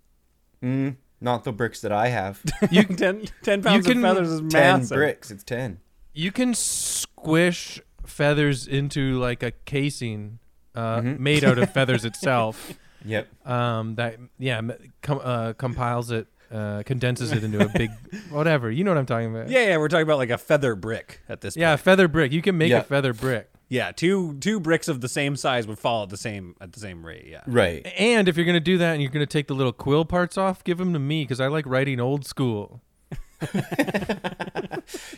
[SPEAKER 1] Not the bricks that I have.
[SPEAKER 2] You ten, 10 pounds
[SPEAKER 5] can-
[SPEAKER 2] of feathers is
[SPEAKER 1] ten
[SPEAKER 2] massive.
[SPEAKER 1] bricks. It's ten.
[SPEAKER 5] You can squish feathers into like a casing uh, made out of feathers itself.
[SPEAKER 1] Yep.
[SPEAKER 5] um, that yeah m- com- uh, compiles it, uh, condenses it into a big whatever. You know what I'm talking about?
[SPEAKER 2] Yeah, yeah, we're talking about like a feather brick at this.
[SPEAKER 5] yeah. a Feather brick. You can make
[SPEAKER 1] Yeah.
[SPEAKER 5] a feather brick.
[SPEAKER 2] Yeah, two two bricks of the same size would fall at the same at the same rate. Yeah.
[SPEAKER 1] Right.
[SPEAKER 5] And if you're gonna do that, and you're gonna take the little quill parts off, give them to me because I like writing old school.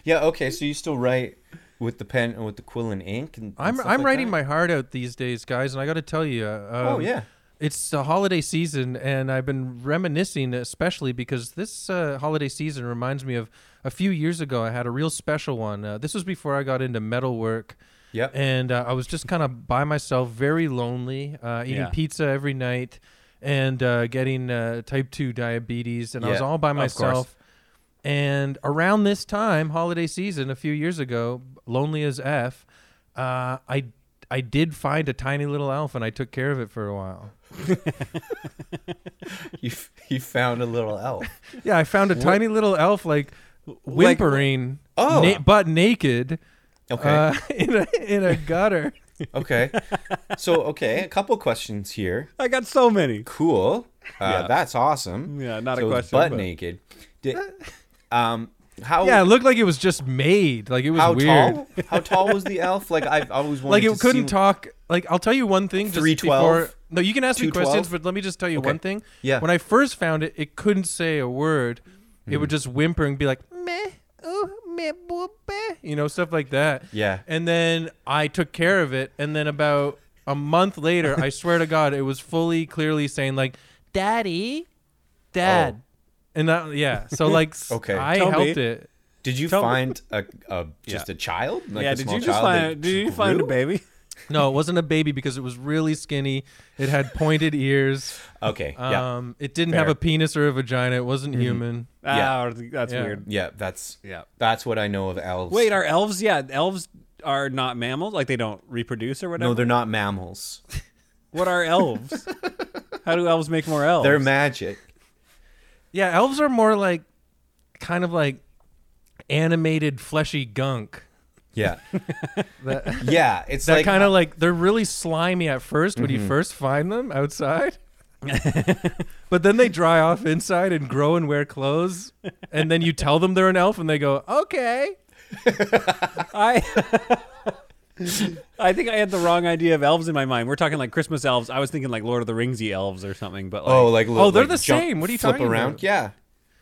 [SPEAKER 1] Yeah. Okay. So you still write with the pen and with the quill and ink. And, and
[SPEAKER 5] I'm
[SPEAKER 1] stuff
[SPEAKER 5] I'm
[SPEAKER 1] like
[SPEAKER 5] writing
[SPEAKER 1] that?
[SPEAKER 5] my heart out these days, guys, and I got to tell you. Uh,
[SPEAKER 1] Oh
[SPEAKER 5] um,
[SPEAKER 1] yeah.
[SPEAKER 5] It's the holiday season, and I've been reminiscing, especially because this uh, holiday season reminds me of a few years ago. I had a real special one. Uh, this was before I got into metal work.
[SPEAKER 1] Yep.
[SPEAKER 5] And uh, I was just kind of by myself, very lonely, uh, eating
[SPEAKER 2] Yeah.
[SPEAKER 5] pizza every night and uh, getting uh, type 2 diabetes. And I was
[SPEAKER 1] Yeah,
[SPEAKER 5] all by
[SPEAKER 2] of course.
[SPEAKER 5] myself. And around this time, holiday season, a few years ago, lonely as F, uh, I, I did find a tiny little elf and I took care of it for a while.
[SPEAKER 1] You f- you found a little elf.
[SPEAKER 5] Yeah, I found a tiny little elf like whimpering,
[SPEAKER 1] Oh.
[SPEAKER 5] na- butt naked,
[SPEAKER 1] Okay.
[SPEAKER 5] uh, in a in a gutter.
[SPEAKER 1] okay. So okay, a couple questions here.
[SPEAKER 2] I got so many.
[SPEAKER 1] Cool. Uh, That's awesome.
[SPEAKER 2] Yeah, not a
[SPEAKER 1] So it's
[SPEAKER 2] question,
[SPEAKER 1] Butt
[SPEAKER 2] but-
[SPEAKER 1] naked. Did, um. How
[SPEAKER 5] Yeah, it looked like it was just made. Like it was
[SPEAKER 1] how
[SPEAKER 5] weird.
[SPEAKER 1] tall? How tall was the elf? Like I've always wanted.
[SPEAKER 5] Like
[SPEAKER 1] to
[SPEAKER 5] it couldn't
[SPEAKER 1] see-
[SPEAKER 5] talk. Like I'll tell you one thing. Just
[SPEAKER 1] 312?
[SPEAKER 5] before- No, you can ask me
[SPEAKER 1] 212?
[SPEAKER 5] questions, but let me just tell you one thing.
[SPEAKER 1] Yeah.
[SPEAKER 5] When I first found it, it couldn't say a word. It
[SPEAKER 1] Hmm.
[SPEAKER 5] would just whimper and be like meh, oh meh, boop, meh, you know, stuff like that.
[SPEAKER 1] Yeah.
[SPEAKER 5] And then I took care of it, and then about a month later, I swear to God, it was fully clearly saying like, "Daddy, Dad," and that, yeah. So like, s-
[SPEAKER 1] Oh. Okay.
[SPEAKER 5] I
[SPEAKER 2] Tell me.
[SPEAKER 5] helped it.
[SPEAKER 1] Did you
[SPEAKER 2] Tell me-
[SPEAKER 1] find a, a just
[SPEAKER 2] Yeah.
[SPEAKER 1] a child? Like
[SPEAKER 2] yeah,
[SPEAKER 1] a
[SPEAKER 2] did
[SPEAKER 1] small
[SPEAKER 2] you just
[SPEAKER 1] child
[SPEAKER 2] find
[SPEAKER 1] that
[SPEAKER 2] did you find a
[SPEAKER 1] grew?
[SPEAKER 2] baby?
[SPEAKER 5] No, it wasn't a baby because it was really skinny. It had pointed ears.
[SPEAKER 1] Okay. Yeah.
[SPEAKER 5] Um, it didn't
[SPEAKER 1] Fair. Mm-hmm.
[SPEAKER 5] have a penis or a vagina. It wasn't human.
[SPEAKER 1] Yeah.
[SPEAKER 2] Ah, that's
[SPEAKER 5] Yeah.
[SPEAKER 2] weird.
[SPEAKER 1] yeah. That's
[SPEAKER 2] Yeah.
[SPEAKER 1] That's what I know of elves.
[SPEAKER 2] Wait, are elves? Yeah, elves are not mammals. Like they don't reproduce or whatever.
[SPEAKER 1] no, they're not mammals.
[SPEAKER 2] What are elves? How do elves make more elves?
[SPEAKER 1] They're magic.
[SPEAKER 5] Yeah, elves are more like, kind of like, animated fleshy gunk.
[SPEAKER 1] Yeah.
[SPEAKER 5] That,
[SPEAKER 1] Yeah. It's
[SPEAKER 5] that
[SPEAKER 1] like Mm-hmm.
[SPEAKER 5] kind of like they're really slimy at 1st when you first find them outside. but then they dry off inside and grow and wear clothes. And then you tell them they're an elf and they go, okay.
[SPEAKER 2] I I think I had the wrong idea of elves in my mind. We're talking like Christmas elves. I was thinking like Lord of the Ringsy elves or something. But like,
[SPEAKER 1] oh, like li-
[SPEAKER 5] Oh, they're
[SPEAKER 1] like
[SPEAKER 5] the
[SPEAKER 1] jump-
[SPEAKER 5] same. What are you
[SPEAKER 1] flip
[SPEAKER 5] talking
[SPEAKER 1] around?
[SPEAKER 5] about?
[SPEAKER 1] Yeah.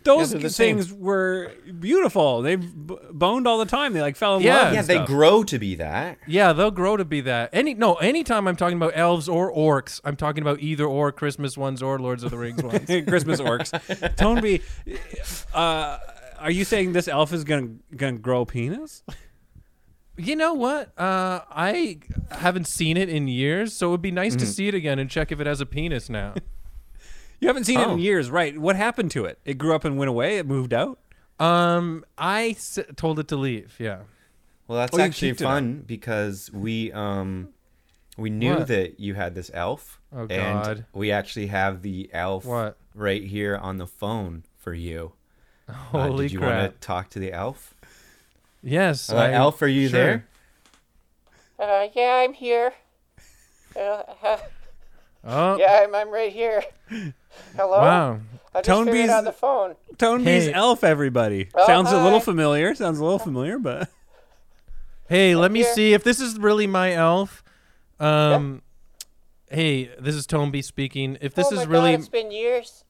[SPEAKER 2] those
[SPEAKER 1] they're the same.
[SPEAKER 2] things were beautiful. They b- boned all the time. They like fell in
[SPEAKER 5] Yeah.
[SPEAKER 2] love. and
[SPEAKER 1] Yeah. They
[SPEAKER 2] stuff.
[SPEAKER 1] grow to be that.
[SPEAKER 5] Yeah, they'll grow to be that. Any no, anytime I'm talking about elves or orcs, I'm talking about either or Christmas ones or Lords of the Rings ones.
[SPEAKER 2] Christmas orcs. Toneby, uh, are you saying this elf is gonna gonna grow a penis?
[SPEAKER 5] You know what? Uh, I haven't seen it in years, so it would be nice
[SPEAKER 1] Mm-hmm.
[SPEAKER 5] to see it again and check if it has a penis now.
[SPEAKER 2] You haven't seen it
[SPEAKER 1] Oh.
[SPEAKER 2] in years, right? What happened to it? It grew up and went away. It moved out.
[SPEAKER 5] um, I s- told it to leave. Yeah.
[SPEAKER 1] Well, that's
[SPEAKER 2] Oh, you
[SPEAKER 1] actually
[SPEAKER 2] keeped it
[SPEAKER 1] fun because we um we knew
[SPEAKER 5] What?
[SPEAKER 1] that you had this elf.
[SPEAKER 5] Oh,
[SPEAKER 1] And
[SPEAKER 5] God.
[SPEAKER 1] we actually have the elf
[SPEAKER 5] What?
[SPEAKER 1] right here on the phone for you. Uh,
[SPEAKER 5] Holy
[SPEAKER 1] did you
[SPEAKER 5] crap!
[SPEAKER 1] want to talk to the elf?
[SPEAKER 5] Yes.
[SPEAKER 1] Uh,
[SPEAKER 5] I-
[SPEAKER 1] elf, are you
[SPEAKER 5] sure.
[SPEAKER 1] there?
[SPEAKER 6] Uh, yeah, I'm here. Uh,
[SPEAKER 5] Oh.
[SPEAKER 6] yeah, I'm, I'm right here. Hello?
[SPEAKER 5] Wow.
[SPEAKER 6] I just
[SPEAKER 2] Tone
[SPEAKER 6] figured
[SPEAKER 2] B's-
[SPEAKER 6] on the phone.
[SPEAKER 2] Toneby's
[SPEAKER 5] Hey.
[SPEAKER 2] elf, everybody.
[SPEAKER 1] Uh,
[SPEAKER 2] Sounds a little
[SPEAKER 6] hi.
[SPEAKER 2] familiar. Sounds a little familiar, but
[SPEAKER 5] Hey, let me
[SPEAKER 6] here.
[SPEAKER 5] see if this is really my elf. Um. Hey, this is Tomby speaking. If this
[SPEAKER 6] oh my
[SPEAKER 5] is really
[SPEAKER 6] God, it's been years.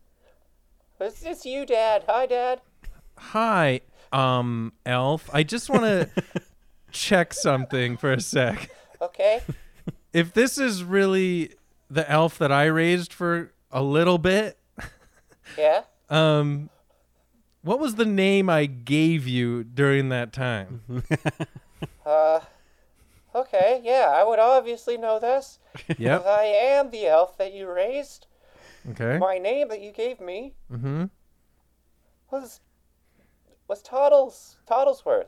[SPEAKER 6] It's, it's you, Dad. Hi, Dad.
[SPEAKER 5] Hi, um, Elf. I just want to check something for a sec.
[SPEAKER 6] Okay.
[SPEAKER 5] If this is really the elf that I raised for a little bit,
[SPEAKER 6] Yeah.
[SPEAKER 5] um, what was the name I gave you during that time?
[SPEAKER 6] Okay. Yeah, I would obviously know this. 'cause
[SPEAKER 5] Yep.
[SPEAKER 6] I am the elf that you raised.
[SPEAKER 5] Okay.
[SPEAKER 6] My name that you gave me mm-hmm. was was Toddles Toddlesworth.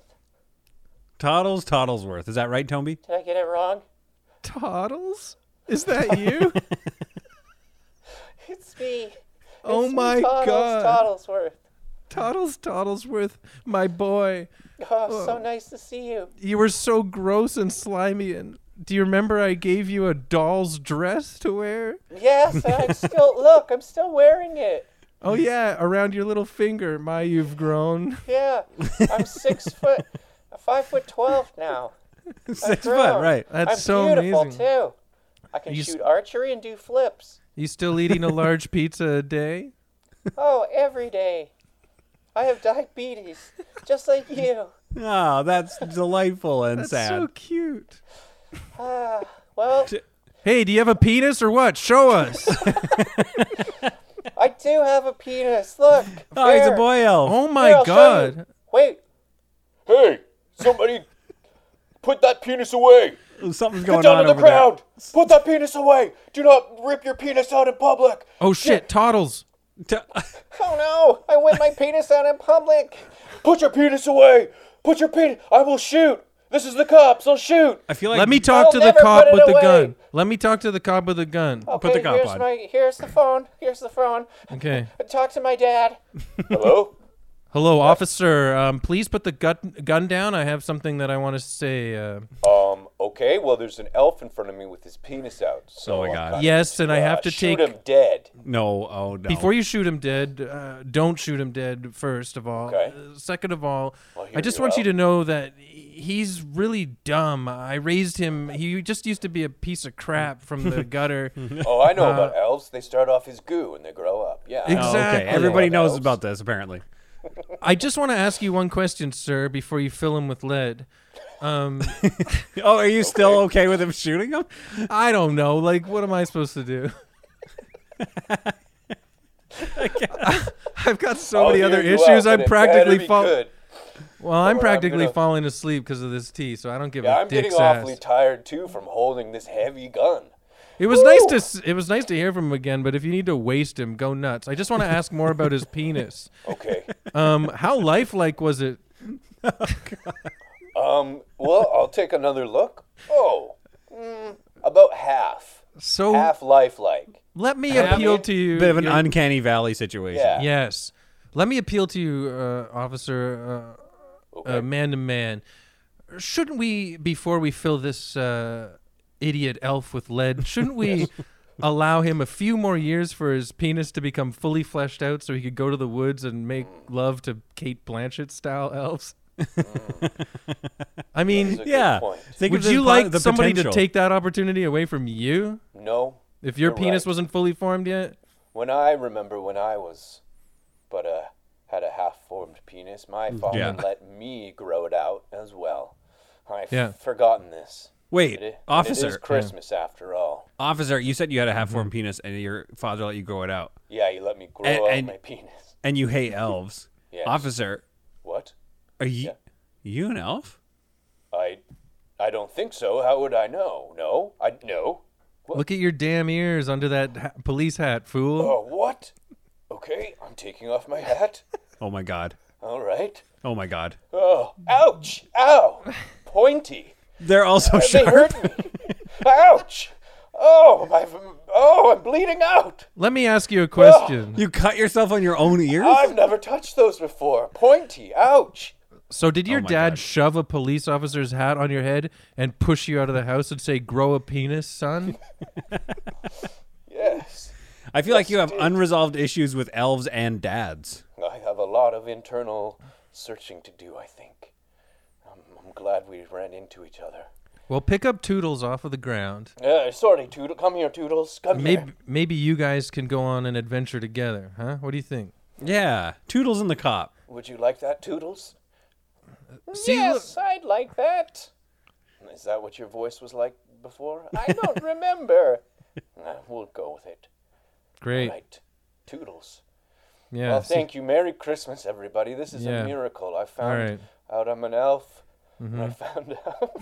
[SPEAKER 2] Toddles Toddlesworth. Is that right, Toneby?
[SPEAKER 6] Did I get it wrong?
[SPEAKER 5] Toddles? Is that you?
[SPEAKER 6] It's me. It's
[SPEAKER 5] Oh
[SPEAKER 6] me,
[SPEAKER 5] my
[SPEAKER 6] Toddles
[SPEAKER 5] God.
[SPEAKER 6] Toddlesworth.
[SPEAKER 5] Toddles Toddlesworth, my boy.
[SPEAKER 6] Oh, so nice to see you.
[SPEAKER 5] You were so gross and slimy and do you remember I gave you a doll's dress to wear?
[SPEAKER 6] Yes, and I'm still look. I'm still wearing it.
[SPEAKER 5] Oh yeah, around your little finger, my you've grown.
[SPEAKER 6] Yeah, I'm six foot, five foot twelve now.
[SPEAKER 2] Six
[SPEAKER 6] grown.
[SPEAKER 2] foot, right?
[SPEAKER 5] That's
[SPEAKER 6] I'm
[SPEAKER 5] so
[SPEAKER 6] beautiful
[SPEAKER 5] amazing.
[SPEAKER 6] too. I can
[SPEAKER 5] You s-
[SPEAKER 6] shoot archery and do flips.
[SPEAKER 5] You still eating a large pizza a day?
[SPEAKER 6] Oh, every day. I have diabetes, just like you.
[SPEAKER 2] Oh, that's delightful and
[SPEAKER 5] That's
[SPEAKER 2] sad.
[SPEAKER 5] so cute.
[SPEAKER 6] Ah, well,
[SPEAKER 5] Hey, do you have a penis or what? Show us.
[SPEAKER 6] Oh. I do have a penis. Look.
[SPEAKER 2] oh, he's a
[SPEAKER 6] there.
[SPEAKER 2] boy elf.
[SPEAKER 5] oh
[SPEAKER 6] Here,
[SPEAKER 5] my
[SPEAKER 6] I'll show you.
[SPEAKER 5] god.
[SPEAKER 6] Wait. Hey, somebody put that penis away.
[SPEAKER 2] Something's going
[SPEAKER 6] Down
[SPEAKER 2] on
[SPEAKER 6] to the
[SPEAKER 2] over there.
[SPEAKER 6] ground. Put that penis away. Do not rip your penis out in public.
[SPEAKER 5] Oh shit, Toddles.
[SPEAKER 2] T-
[SPEAKER 6] Oh no, I whipped my penis out in public. Put your penis away. Put your penis. I will shoot. This is the cops. I'll shoot.
[SPEAKER 2] I feel like
[SPEAKER 5] Let me talk
[SPEAKER 6] I'll
[SPEAKER 5] to the
[SPEAKER 6] never
[SPEAKER 5] cop
[SPEAKER 6] put it
[SPEAKER 5] with the
[SPEAKER 6] away. Oh.
[SPEAKER 5] gun. Let me talk to the cop with the gun.
[SPEAKER 6] Okay,
[SPEAKER 2] put the cop
[SPEAKER 6] here's
[SPEAKER 2] on.
[SPEAKER 6] my here's the phone. Here's the phone.
[SPEAKER 5] Okay.
[SPEAKER 6] Talk to my dad. Hello?
[SPEAKER 5] Hello, officer. Um, please put the gut, gun down. I have something that I want to say. Uh,
[SPEAKER 6] Um, okay, well there's an elf in front of me with his penis out. So
[SPEAKER 2] Oh my
[SPEAKER 6] I'm
[SPEAKER 2] God.
[SPEAKER 6] gonna, uh,
[SPEAKER 5] Yes, and I have to
[SPEAKER 6] shoot
[SPEAKER 5] take-
[SPEAKER 6] him dead.
[SPEAKER 2] No, oh no.
[SPEAKER 5] Before you shoot him dead, uh, don't shoot him dead, first of all.
[SPEAKER 6] Okay.
[SPEAKER 5] Uh, second of all, I
[SPEAKER 6] hear
[SPEAKER 5] just
[SPEAKER 6] you
[SPEAKER 5] want you
[SPEAKER 6] out.
[SPEAKER 5] to know that he's really dumb. I raised him. He just used to be a piece of crap from the gutter.
[SPEAKER 6] Oh, I know about elves. They start off as goo and they grow up. Yeah. I know.
[SPEAKER 2] Uh, Oh,
[SPEAKER 5] Exactly.
[SPEAKER 2] okay, everybody
[SPEAKER 6] What
[SPEAKER 2] knows
[SPEAKER 6] else?
[SPEAKER 2] about this apparently.
[SPEAKER 5] I just want to ask you one question, sir, before you fill him with lead.
[SPEAKER 2] Oh, are you still okay with him shooting him?
[SPEAKER 5] I don't know. Like, what am I supposed to do? I've got so
[SPEAKER 6] I'll
[SPEAKER 5] many
[SPEAKER 6] hear
[SPEAKER 5] other
[SPEAKER 6] Oh, you
[SPEAKER 5] issues.
[SPEAKER 6] out,
[SPEAKER 5] I'm
[SPEAKER 6] but it better
[SPEAKER 5] practically
[SPEAKER 6] be
[SPEAKER 5] fall-
[SPEAKER 6] good.
[SPEAKER 5] well. I'm
[SPEAKER 6] I'm
[SPEAKER 5] practically
[SPEAKER 6] gonna-
[SPEAKER 5] falling asleep because of this tea, so I don't give
[SPEAKER 6] Yeah,
[SPEAKER 5] a
[SPEAKER 6] I'm getting
[SPEAKER 5] dick's
[SPEAKER 6] awfully
[SPEAKER 5] ass.
[SPEAKER 6] tired too from holding this heavy gun.
[SPEAKER 5] It was nice to s- it was nice to hear from him again, but if you need to waste him, go nuts. I just want to ask more about his penis.
[SPEAKER 6] Okay.
[SPEAKER 5] Um, how lifelike was it?
[SPEAKER 6] um. Well, I'll take another look. Oh, mm, about half,
[SPEAKER 5] So
[SPEAKER 6] half lifelike.
[SPEAKER 5] let me
[SPEAKER 6] Have
[SPEAKER 5] appeal
[SPEAKER 6] you-
[SPEAKER 5] to you.
[SPEAKER 2] Bit of an
[SPEAKER 5] your-
[SPEAKER 2] uncanny valley situation.
[SPEAKER 6] Yeah.
[SPEAKER 5] yes, let me appeal to you, uh, officer, uh, uh, man to man. Shouldn't we, before we fill this uh, idiot elf with lead, shouldn't we allow him a few more years for his penis to become fully fleshed out, so he could go to the woods and make love to Kate Blanchett style elves? I mean,
[SPEAKER 6] That's a good
[SPEAKER 2] Yeah.
[SPEAKER 6] point.
[SPEAKER 2] Think
[SPEAKER 5] Would
[SPEAKER 2] of the
[SPEAKER 5] you
[SPEAKER 2] po-
[SPEAKER 5] like
[SPEAKER 2] the
[SPEAKER 5] somebody
[SPEAKER 2] potential.
[SPEAKER 5] to take that opportunity away from you
[SPEAKER 6] No,
[SPEAKER 5] if your
[SPEAKER 6] You're
[SPEAKER 5] penis
[SPEAKER 6] right.
[SPEAKER 5] wasn't fully formed yet?
[SPEAKER 6] when I remember when I was, but uh, had a half-formed penis, my father
[SPEAKER 2] Mm. Yeah.
[SPEAKER 6] let me grow it out as well. I've
[SPEAKER 5] Yeah.
[SPEAKER 6] forgotten this.
[SPEAKER 2] Wait,
[SPEAKER 6] It i- It is
[SPEAKER 2] officer,
[SPEAKER 6] Christmas after all.
[SPEAKER 2] officer, you said you had a half-formed penis, and your father let you grow it out,
[SPEAKER 6] Yeah, you let me grow
[SPEAKER 2] And-
[SPEAKER 6] out
[SPEAKER 2] and-
[SPEAKER 6] my penis.
[SPEAKER 2] and you hate elves.
[SPEAKER 6] Yes.
[SPEAKER 2] Officer,
[SPEAKER 6] What?
[SPEAKER 2] are you
[SPEAKER 6] Yeah.
[SPEAKER 2] you an elf?
[SPEAKER 6] I, I don't think so. How would I know? No, I no.
[SPEAKER 5] Look at your damn ears under that ha- police hat, fool.
[SPEAKER 6] Oh, what? Okay, I'm taking off my hat.
[SPEAKER 2] Oh my god.
[SPEAKER 6] All right.
[SPEAKER 2] Oh my god.
[SPEAKER 6] Oh, ouch! Ow! Pointy.
[SPEAKER 2] They're also
[SPEAKER 6] They
[SPEAKER 2] sharp.
[SPEAKER 6] hurt me. Ouch! Oh, my! Oh, I'm bleeding out.
[SPEAKER 5] Let me ask you a question.
[SPEAKER 6] Oh.
[SPEAKER 2] You cut yourself on your own ears?
[SPEAKER 6] I've never touched those before. Pointy. Ouch!
[SPEAKER 5] So, did
[SPEAKER 6] Oh
[SPEAKER 5] your
[SPEAKER 2] my
[SPEAKER 5] dad
[SPEAKER 2] God.
[SPEAKER 5] shove a police officer's hat on your head and push you out of the house and say, "Grow a penis, son"?
[SPEAKER 6] Yes.
[SPEAKER 2] I feel like you have unresolved issues with elves and dads.
[SPEAKER 6] I have a lot of internal searching to do. I think. I'm, I'm glad we ran into each other.
[SPEAKER 5] well, pick up Toodles off of the ground.
[SPEAKER 6] Uh, sorry, Toodle. Come here, Toodles. Come here.
[SPEAKER 5] Maybe, maybe you guys can go on an adventure together, huh? What do you think?
[SPEAKER 2] Yeah. Toodles and the cop.
[SPEAKER 6] Would you like that, Toodles?
[SPEAKER 5] See,
[SPEAKER 6] yes, I'd like that. Is that what your voice was like before? I don't remember. Nah, we'll go with it.
[SPEAKER 5] Great.
[SPEAKER 6] Right. Toodles.
[SPEAKER 5] Yeah.
[SPEAKER 6] well,
[SPEAKER 5] see-
[SPEAKER 6] thank you. Merry Christmas, everybody. This is
[SPEAKER 5] Yeah.
[SPEAKER 6] a miracle. I found
[SPEAKER 5] right. Mm-hmm.
[SPEAKER 6] out I'm an elf. and I found out.
[SPEAKER 5] all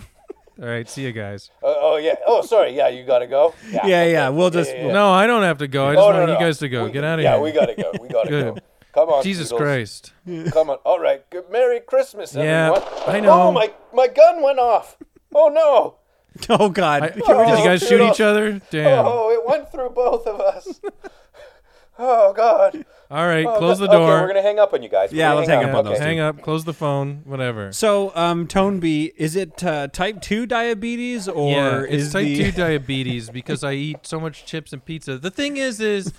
[SPEAKER 5] right. See you guys.
[SPEAKER 6] oh, oh, yeah. Oh, sorry. Yeah, you got to go.
[SPEAKER 2] Yeah, yeah. We'll just
[SPEAKER 5] No, I don't have to go. I just
[SPEAKER 6] Oh,
[SPEAKER 5] want
[SPEAKER 6] no,
[SPEAKER 5] you
[SPEAKER 6] no.
[SPEAKER 5] guys to go.
[SPEAKER 6] We-
[SPEAKER 5] Get out of
[SPEAKER 6] yeah,
[SPEAKER 5] here.
[SPEAKER 6] we got to go. We got to go.
[SPEAKER 5] Good.
[SPEAKER 6] Come on.
[SPEAKER 5] Jesus
[SPEAKER 6] Toodles.
[SPEAKER 5] Christ.
[SPEAKER 6] Come on. All right. Good. Merry Christmas,
[SPEAKER 5] Yeah,
[SPEAKER 6] everyone.
[SPEAKER 5] I know.
[SPEAKER 6] Oh, my, my gun went off. Oh, no.
[SPEAKER 2] Oh god.
[SPEAKER 5] I- did you guys shoot
[SPEAKER 6] Toodles.
[SPEAKER 5] each other? Damn.
[SPEAKER 6] Oh, it went through both of us. oh God.
[SPEAKER 5] All right.
[SPEAKER 6] Oh,
[SPEAKER 5] Close
[SPEAKER 6] go-
[SPEAKER 5] the door.
[SPEAKER 6] Okay, we're gonna hang up on you guys. We're
[SPEAKER 2] Yeah,
[SPEAKER 6] gonna
[SPEAKER 2] let's hang up on
[SPEAKER 6] Okay.
[SPEAKER 2] those
[SPEAKER 5] Hang up. Close the phone. Whatever.
[SPEAKER 2] So, um, Tone B, is it uh, type two diabetes or
[SPEAKER 5] yeah,
[SPEAKER 2] is
[SPEAKER 5] it's type
[SPEAKER 2] the
[SPEAKER 5] 2 diabetes because I eat so much chips and pizza. The thing is is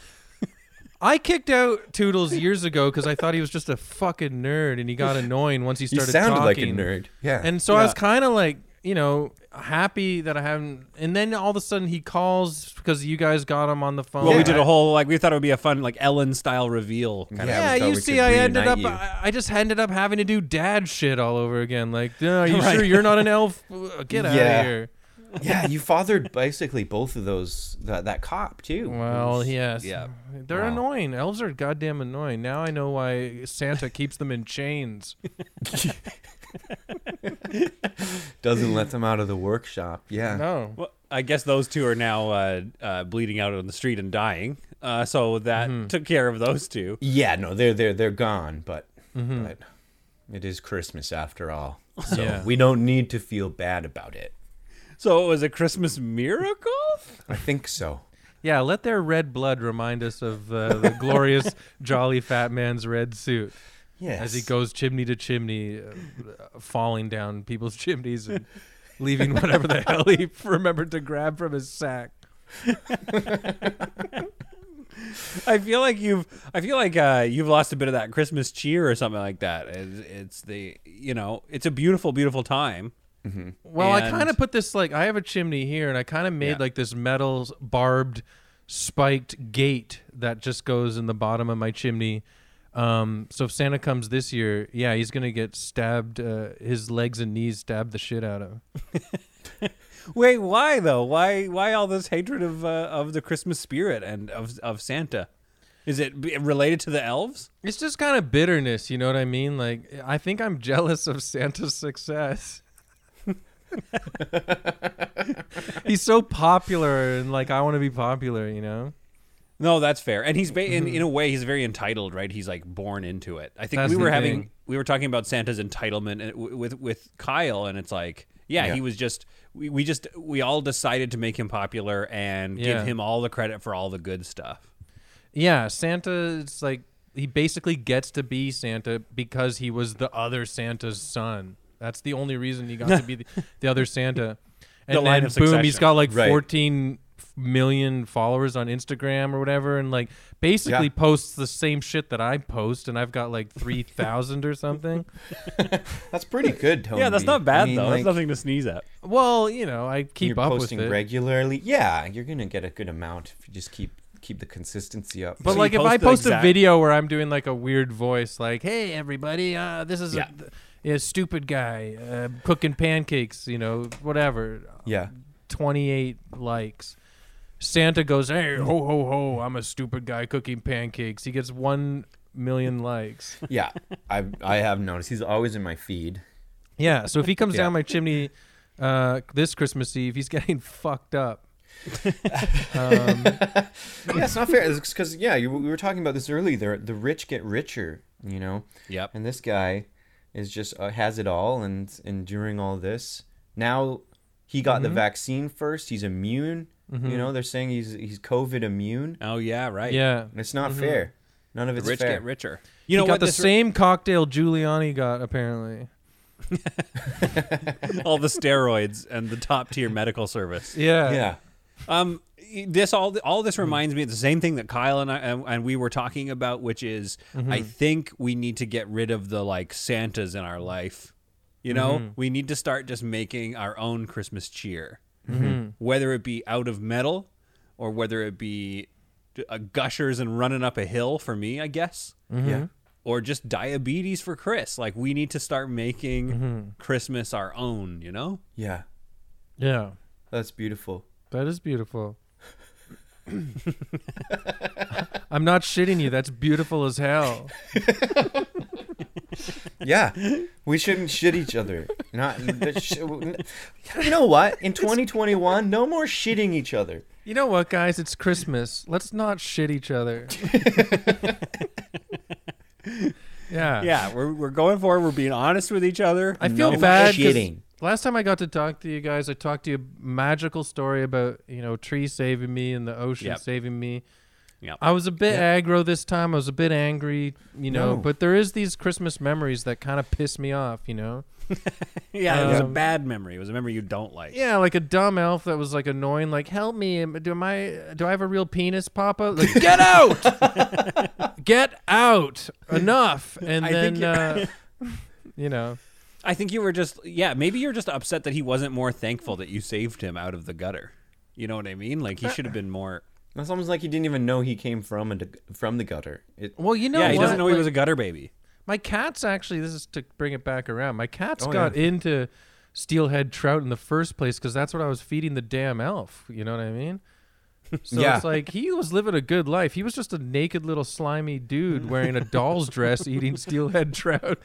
[SPEAKER 5] I kicked out Toodles years ago because I thought he was just a fucking nerd and he got annoying once he
[SPEAKER 1] You
[SPEAKER 5] started
[SPEAKER 1] sounded like a
[SPEAKER 5] talking.
[SPEAKER 1] nerd. Yeah.
[SPEAKER 5] And so I was kind of like, you know, happy that I haven't. And then all of a sudden he calls because you guys got him on the phone.
[SPEAKER 2] Well, we did a whole like we thought it would be a fun like Ellen style reveal. Kind
[SPEAKER 1] Yeah,
[SPEAKER 5] Yeah,
[SPEAKER 1] we thought
[SPEAKER 5] you
[SPEAKER 1] we
[SPEAKER 5] see,
[SPEAKER 1] could
[SPEAKER 5] I ended up.
[SPEAKER 1] reunite you.
[SPEAKER 5] I, I just ended up having to do dad shit all over again. Like, "No, are you
[SPEAKER 2] Right.
[SPEAKER 5] sure you're not an elf? Get out
[SPEAKER 1] Yeah.
[SPEAKER 5] of here.
[SPEAKER 1] yeah, you fathered basically both of those that, that cop too.
[SPEAKER 5] Well, yes.
[SPEAKER 2] yeah.
[SPEAKER 5] They're annoying. Elves are goddamn annoying. Now I know why Santa keeps them in chains.
[SPEAKER 1] Doesn't let them out of the workshop. Yeah.
[SPEAKER 5] No.
[SPEAKER 2] Well, I guess those two are now uh, uh, bleeding out on the street and dying. Uh, so that took care of those two.
[SPEAKER 1] Yeah, no, they're they're they're gone, but but it is Christmas after all. So
[SPEAKER 5] Yeah.
[SPEAKER 1] we don't need to feel bad about it.
[SPEAKER 2] So it was a Christmas miracle.
[SPEAKER 1] I think so.
[SPEAKER 5] Yeah, let their red blood remind us of uh, the glorious jolly fat man's red suit
[SPEAKER 1] Yes.
[SPEAKER 5] as he goes chimney to chimney, uh, uh, falling down people's chimneys and leaving whatever the hell he remembered to grab from his sack.
[SPEAKER 2] I feel like you've I feel like uh, you've lost a bit of that Christmas cheer or something like that. It's, it's the you know it's a beautiful beautiful time.
[SPEAKER 5] Well, I
[SPEAKER 2] And-
[SPEAKER 5] kind of put this like I have a chimney here, and I kind of made
[SPEAKER 2] Yeah.
[SPEAKER 5] like this metal s- barbed, spiked gate that just goes in the bottom of my chimney. Um, so if Santa comes this year, yeah, he's gonna get stabbed. Uh, his legs and knees stabbed the shit out of. him.
[SPEAKER 2] Wait, why though? Why why all this hatred of uh, of the Christmas spirit and of of Santa? Is it b- related to the elves?
[SPEAKER 5] It's just kind of bitterness, you know what I mean? Like I think I'm jealous of Santa's success. he's so popular, and like I want to be popular, you know.
[SPEAKER 2] No, that's fair. And he's ba- in, in a way he's very entitled, right? He's like born into it. I think
[SPEAKER 5] Mm-hmm. That's
[SPEAKER 2] we were
[SPEAKER 5] the
[SPEAKER 2] having
[SPEAKER 5] thing.
[SPEAKER 2] we were talking about Santa's entitlement and w- with with Kyle, and it's like, yeah,
[SPEAKER 1] Yeah.
[SPEAKER 2] he was just we, we just we all decided to make him popular and
[SPEAKER 5] Yeah.
[SPEAKER 2] give him all the credit for all the good stuff.
[SPEAKER 5] Yeah, Santa is like he basically gets to be Santa because he was the other Santa's son. That's the only reason he got to be the, the other Santa. And
[SPEAKER 2] The line
[SPEAKER 5] then
[SPEAKER 2] of
[SPEAKER 5] boom, he's
[SPEAKER 2] succession.
[SPEAKER 5] got like
[SPEAKER 1] Right.
[SPEAKER 5] 14 million followers on Instagram or whatever and like basically
[SPEAKER 1] Yeah.
[SPEAKER 5] posts the same shit that I post and I've got like 3,000 or something.
[SPEAKER 1] That's pretty good,
[SPEAKER 5] Oh,
[SPEAKER 1] Tony.
[SPEAKER 2] Yeah, that's
[SPEAKER 1] I
[SPEAKER 2] not bad
[SPEAKER 1] mean,
[SPEAKER 2] though.
[SPEAKER 1] like,
[SPEAKER 2] that's nothing to sneeze at.
[SPEAKER 5] Well, you know, I keep
[SPEAKER 1] You're
[SPEAKER 5] up
[SPEAKER 1] posting
[SPEAKER 5] with it.
[SPEAKER 1] regularly. Yeah, you're gonna get a good amount if you just keep keep the consistency up.
[SPEAKER 2] So
[SPEAKER 5] But
[SPEAKER 2] you
[SPEAKER 5] like, if
[SPEAKER 2] post
[SPEAKER 5] I
[SPEAKER 2] the
[SPEAKER 5] post
[SPEAKER 2] exact-
[SPEAKER 5] a video where I'm doing like a weird voice, like "Hey everybody, uh, this is
[SPEAKER 2] Yeah.
[SPEAKER 5] a, th- a stupid guy uh, cooking pancakes," you know, whatever.
[SPEAKER 1] yeah,
[SPEAKER 5] 28 likes. Santa goes, "Hey ho ho ho, I'm a stupid guy cooking pancakes." He gets one million likes.
[SPEAKER 1] yeah, I I have noticed he's always in my feed.
[SPEAKER 5] Yeah. So if he comes
[SPEAKER 1] Yeah.
[SPEAKER 5] down my chimney uh, this Christmas Eve, he's getting fucked up.
[SPEAKER 1] yeah, it's not fair. It's because yeah, you, we were talking about this earlier. The, the rich get richer, you know.
[SPEAKER 2] Yep.
[SPEAKER 1] And this guy is just uh, has it all, and enduring all this. Now he got
[SPEAKER 5] Mm-hmm.
[SPEAKER 1] the vaccine first. He's immune. You know, they're saying he's he's COVID immune.
[SPEAKER 2] Oh yeah, right.
[SPEAKER 5] Yeah.
[SPEAKER 1] And it's
[SPEAKER 5] Mm-hmm.
[SPEAKER 1] not fair. None of it's
[SPEAKER 2] Rich
[SPEAKER 1] fair.
[SPEAKER 2] get richer. You
[SPEAKER 5] he
[SPEAKER 2] know
[SPEAKER 5] got
[SPEAKER 2] what?
[SPEAKER 5] the
[SPEAKER 2] This-
[SPEAKER 5] same cocktail Giuliani got apparently.
[SPEAKER 2] all the steroids and the top tier medical service.
[SPEAKER 5] Yeah.
[SPEAKER 1] Yeah.
[SPEAKER 2] Um, this all all this reminds me of the same thing that Kyle and I and, and we were talking about, which is I think we need to get rid of the like Santas in our life. You know, we need to start just making our own Christmas cheer, whether it be out of metal or whether it be uh, gushers and running up a hill for me, I guess.
[SPEAKER 1] Yeah.
[SPEAKER 2] Or just diabetes for Chris. Like we need to start making Christmas our own. You know.
[SPEAKER 1] Yeah.
[SPEAKER 5] Yeah.
[SPEAKER 1] That's beautiful.
[SPEAKER 5] That is beautiful. I'm not shitting you. That's beautiful as hell.
[SPEAKER 1] Yeah, we shouldn't shit each other. Not, that sh- you know what? In 2021, no more shitting each other.
[SPEAKER 5] You know what, guys? It's Christmas. Let's not shit each other. yeah.
[SPEAKER 2] Yeah, we're, we're going for it. We're being honest with each other.
[SPEAKER 5] I feel
[SPEAKER 1] No
[SPEAKER 5] bad. 'cause
[SPEAKER 1] shitting.
[SPEAKER 5] Last time I got to talk to you guys, I talked to you a magical story about you know tree saving me and the ocean
[SPEAKER 2] Yep.
[SPEAKER 5] saving me.
[SPEAKER 2] Yep.
[SPEAKER 5] I was a bit aggro this time. I was a bit angry, you know.
[SPEAKER 1] No.
[SPEAKER 5] But there is these Christmas memories that kind of piss me off, you know.
[SPEAKER 2] yeah, it was a
[SPEAKER 5] Um,
[SPEAKER 2] bad memory. It was a memory you don't like.
[SPEAKER 5] Yeah, like a dumb elf that was like annoying. Like, help me! am- Do am I? Do I have a real penis, Papa? Like, get out! get out! Enough! And
[SPEAKER 2] I
[SPEAKER 5] then,
[SPEAKER 2] think
[SPEAKER 5] uh, you know,
[SPEAKER 2] I think you were just yeah, maybe you're just upset that he wasn't more thankful that you saved him out of the gutter. You know what I mean? Like he should have been more
[SPEAKER 1] That's almost like he didn't even know he came from a, from the gutter. It,
[SPEAKER 5] Well, you know
[SPEAKER 2] Yeah, he
[SPEAKER 5] what?
[SPEAKER 2] doesn't know he
[SPEAKER 5] Like,
[SPEAKER 2] was a gutter baby.
[SPEAKER 5] My cat's actually. This is to bring it back around. My cat's
[SPEAKER 2] Oh,
[SPEAKER 5] got into steelhead trout in the first place because that's what I was feeding the damn elf. You know what I mean? So
[SPEAKER 1] Yeah.
[SPEAKER 5] it's like he was living a good life. He was just a naked little slimy dude wearing a doll's dress eating steelhead trout.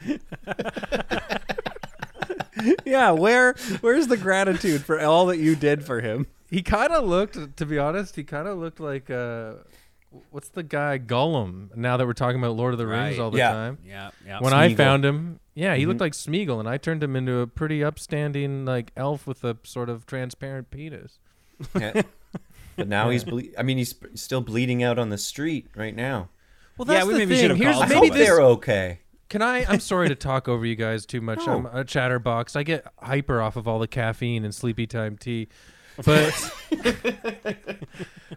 [SPEAKER 2] yeah, where where's the gratitude for all that you did for him?
[SPEAKER 5] He kind of looked, to be honest, he kind of looked like uh, what's the guy Gollum? Now that we're talking about Lord of the Rings
[SPEAKER 2] Right. Uh, Mm-hmm.
[SPEAKER 5] all the
[SPEAKER 1] Yeah.
[SPEAKER 5] time.
[SPEAKER 2] Yeah, yeah.
[SPEAKER 5] when
[SPEAKER 1] Smeagol.
[SPEAKER 5] I found him, yeah, he looked like Smeagol, and I turned him into a pretty upstanding like elf with a sort of transparent penis.
[SPEAKER 1] Yeah. but now he's, ble- I mean, he's still bleeding out on the street right now.
[SPEAKER 5] Well,
[SPEAKER 2] Yeah, that's we the maybe should thing. have Here's-
[SPEAKER 1] I
[SPEAKER 2] called
[SPEAKER 5] maybe
[SPEAKER 1] hope
[SPEAKER 2] somebody.
[SPEAKER 5] this.
[SPEAKER 1] they're okay.
[SPEAKER 5] Can I? I'm sorry to talk over you guys too much. I'm a chatterbox. I get hyper off of all the caffeine and sleepy time tea, but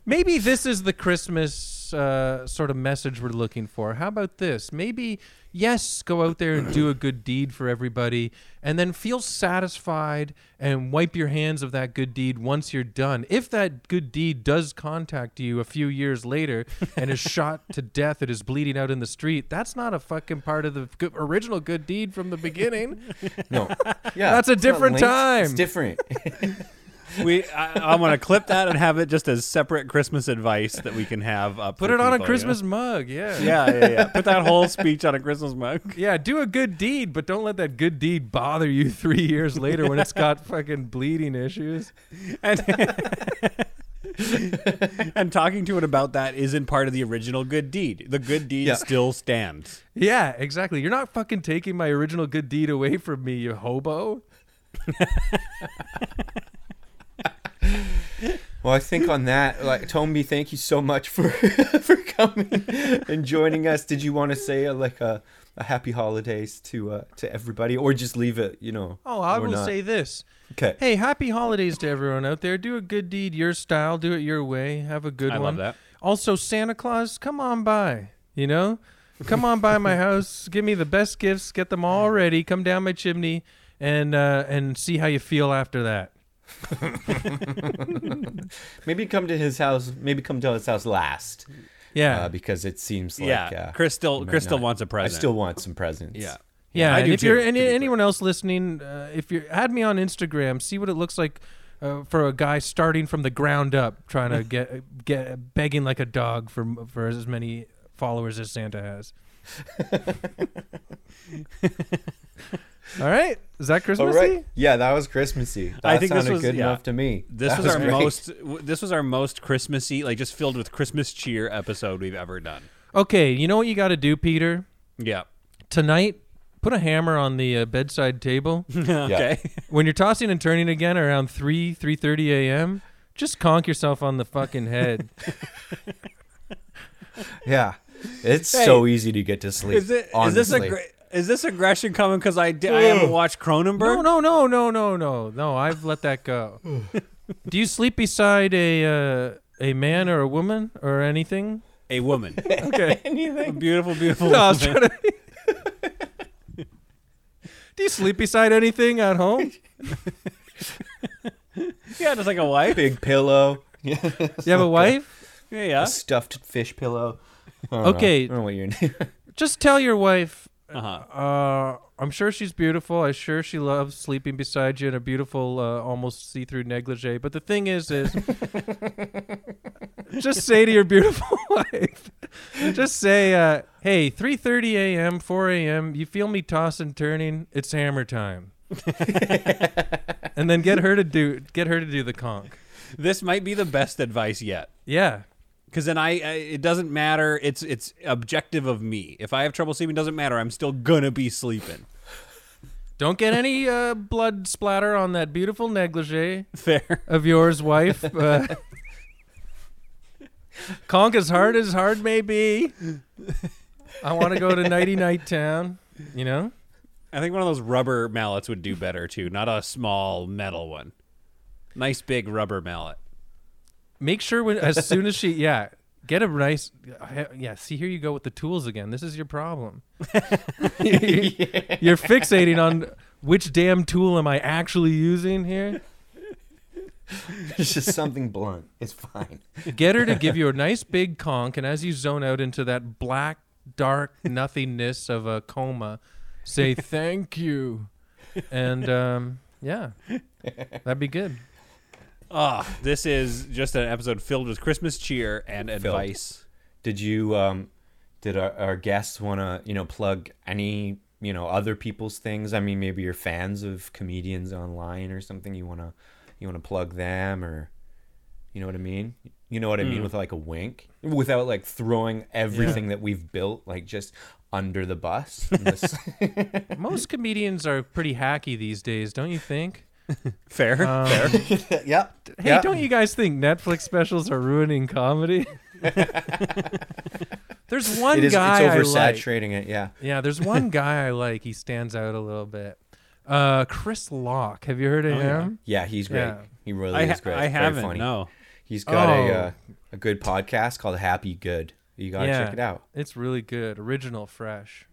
[SPEAKER 5] maybe this is the Christmas uh, sort of message we're looking for. How about this? Maybe yes, go out there and do a good deed for everybody, and then feel satisfied and wipe your hands of that good deed once you're done. If that good deed does contact you a few years later and is shot to death and is bleeding out in the street, that's not a fucking part of the good, original good deed from the beginning.
[SPEAKER 1] No. Yeah.
[SPEAKER 5] That's a
[SPEAKER 1] it's not
[SPEAKER 5] different
[SPEAKER 1] linked. It's
[SPEAKER 5] time.
[SPEAKER 1] different.
[SPEAKER 2] we I, I'm gonna clip that and have it just as separate Christmas advice that we can have up.
[SPEAKER 5] Put
[SPEAKER 2] for
[SPEAKER 5] it on a
[SPEAKER 2] people, you
[SPEAKER 5] Christmas
[SPEAKER 2] know?
[SPEAKER 5] mug, yeah.
[SPEAKER 2] Yeah, yeah, yeah. Put that whole speech on a Christmas mug.
[SPEAKER 5] Yeah, do a good deed, but don't let that good deed bother you three years later when it's got fucking bleeding issues.
[SPEAKER 2] And, and talking to it about that isn't part of the original good deed. The good deed
[SPEAKER 1] Yeah.
[SPEAKER 2] still stands.
[SPEAKER 5] Yeah, exactly. You're not fucking taking my original good deed away from me, you hobo.
[SPEAKER 1] Well, I think on that, like Tomby, thank you so much for for coming and joining us. Did you want to say uh, like a, a happy holidays to uh, to everybody, or just leave it? You know.
[SPEAKER 5] Oh, I
[SPEAKER 1] or
[SPEAKER 5] will
[SPEAKER 1] not?
[SPEAKER 5] say this.
[SPEAKER 1] Okay.
[SPEAKER 5] Hey, happy holidays to everyone out there. Do a good deed your style, do it your way. Have a good
[SPEAKER 2] I love
[SPEAKER 5] one.
[SPEAKER 2] that.
[SPEAKER 5] Also, Santa Claus, come on by, you know? Come on by my house, give me the best gifts, get them all ready, come down my chimney and uh, and see how you feel after that.
[SPEAKER 1] Maybe come to his house. Maybe come to his house last,
[SPEAKER 5] Yeah.
[SPEAKER 1] uh, because it seems like
[SPEAKER 2] yeah,
[SPEAKER 1] uh,
[SPEAKER 2] Chris still
[SPEAKER 1] might
[SPEAKER 2] Chris still
[SPEAKER 1] not.
[SPEAKER 2] wants a
[SPEAKER 1] I
[SPEAKER 2] present.
[SPEAKER 1] still want some presents.
[SPEAKER 2] yeah.
[SPEAKER 5] Yeah,
[SPEAKER 2] I
[SPEAKER 5] and
[SPEAKER 2] do
[SPEAKER 5] if you're
[SPEAKER 2] too,
[SPEAKER 5] any,
[SPEAKER 2] to be
[SPEAKER 5] anyone else listening, uh, if you add me on Instagram, see what it looks like uh, for a guy starting from the ground up, trying to get get begging like a dog for for as many followers as Santa has. All right, is that
[SPEAKER 1] All
[SPEAKER 5] Christmassy?
[SPEAKER 1] right. Yeah, that was Christmassy. That
[SPEAKER 2] think this
[SPEAKER 1] sounded
[SPEAKER 2] was-
[SPEAKER 1] good
[SPEAKER 2] yeah.
[SPEAKER 1] enough to me.
[SPEAKER 2] This
[SPEAKER 1] That
[SPEAKER 2] was, our
[SPEAKER 1] great.
[SPEAKER 2] most w- this was our most Christmassy, like just filled with Christmas cheer episode we've ever done.
[SPEAKER 5] Okay, you know what you got to do, Peter.
[SPEAKER 2] Yeah.
[SPEAKER 5] Tonight, put a hammer on the uh, bedside table.
[SPEAKER 2] Okay.
[SPEAKER 5] when you're tossing and turning again around 3 3.30 a.m just conk yourself on the fucking head
[SPEAKER 1] Yeah. It's so easy to get to sleep.
[SPEAKER 2] Is it is
[SPEAKER 1] honestly.
[SPEAKER 2] this a is this aggression coming because I, I haven't watched Cronenberg?
[SPEAKER 5] no no no no no no no i've let that go do you sleep beside a uh, a man or a woman or anything
[SPEAKER 2] A woman,
[SPEAKER 5] okay
[SPEAKER 2] a beautiful, beautiful.
[SPEAKER 5] no, I was
[SPEAKER 2] woman.
[SPEAKER 5] trying to do you sleep beside anything at home
[SPEAKER 2] Yeah, just like a wife.
[SPEAKER 1] big pillow? Yeah.
[SPEAKER 5] you have a wife
[SPEAKER 2] Yeah, yeah.
[SPEAKER 1] Stuffed fish pillow. I don't know.
[SPEAKER 5] Okay.
[SPEAKER 1] I don't know what your name.
[SPEAKER 5] just tell your wife
[SPEAKER 2] Uh-huh.
[SPEAKER 5] uh, I'm sure she's beautiful. I'm sure she loves sleeping beside you in a beautiful, uh, almost see-through negligee. But the thing is, is just say to your beautiful wife, just say, uh, "Hey, 3:30 a.m., 4 a.m. You feel me toss and turning? It's hammer time." and then get her to do get her to do the conk.
[SPEAKER 2] This might be the best advice yet.
[SPEAKER 5] Yeah.
[SPEAKER 2] Because then I, I, it doesn't matter. It's it's objective of me. If I have trouble sleeping, doesn't matter. I'm still gonna be sleeping.
[SPEAKER 5] Don't get any uh, blood splatter on that beautiful negligee.
[SPEAKER 2] Fair.
[SPEAKER 5] of yours, wife. Uh, conk as hard as hard may be. I want to go to Nighty Night Town. You know,
[SPEAKER 2] I think one of those rubber mallets would do better too. Not a small metal one. Nice big rubber mallet.
[SPEAKER 5] make sure when as soon as she yeah get a nice yeah. See here you go with the tools again. This is your problem. You're fixating on which damn tool am I actually using here?
[SPEAKER 1] It's just something blunt. It's fine.
[SPEAKER 5] Get her to give you a nice big conk, and as you zone out into that black, dark nothingness of a coma, say thank you, and um, yeah, that'd be good.
[SPEAKER 2] Ah, this is just an episode filled with Christmas cheer and advice.
[SPEAKER 1] Did you um did our, our guests want to, you know, plug any, you know, other people's things? I mean, maybe you're fans of comedians online or something you want to you want to plug them or you know what I mean? You know what I
[SPEAKER 5] Hmm.
[SPEAKER 1] mean with like a wink without like throwing everything that we've built like just under the bus. And this-
[SPEAKER 5] Most comedians are pretty hacky these days, don't you think?
[SPEAKER 2] Fair,
[SPEAKER 1] Um,
[SPEAKER 2] fair.
[SPEAKER 1] yep.
[SPEAKER 5] Hey, don't you guys think Netflix specials are ruining comedy? There's one
[SPEAKER 1] It is
[SPEAKER 5] guy I
[SPEAKER 1] it's
[SPEAKER 5] like.
[SPEAKER 1] oversaturating it. Yeah.
[SPEAKER 5] Yeah, there's one guy I like. He stands out a little bit. Uh, Chris Locke. Have you heard of him?
[SPEAKER 1] Oh, Yeah, he's great.
[SPEAKER 5] Yeah.
[SPEAKER 1] He really
[SPEAKER 2] I,
[SPEAKER 1] is
[SPEAKER 2] ha-
[SPEAKER 1] great.
[SPEAKER 2] I
[SPEAKER 1] Very
[SPEAKER 2] haven't.
[SPEAKER 1] funny.
[SPEAKER 2] No,
[SPEAKER 1] He's got a
[SPEAKER 5] Oh.
[SPEAKER 1] uh, a good podcast called Happy Good. You gotta check it out.
[SPEAKER 5] It's really good. Original, fresh.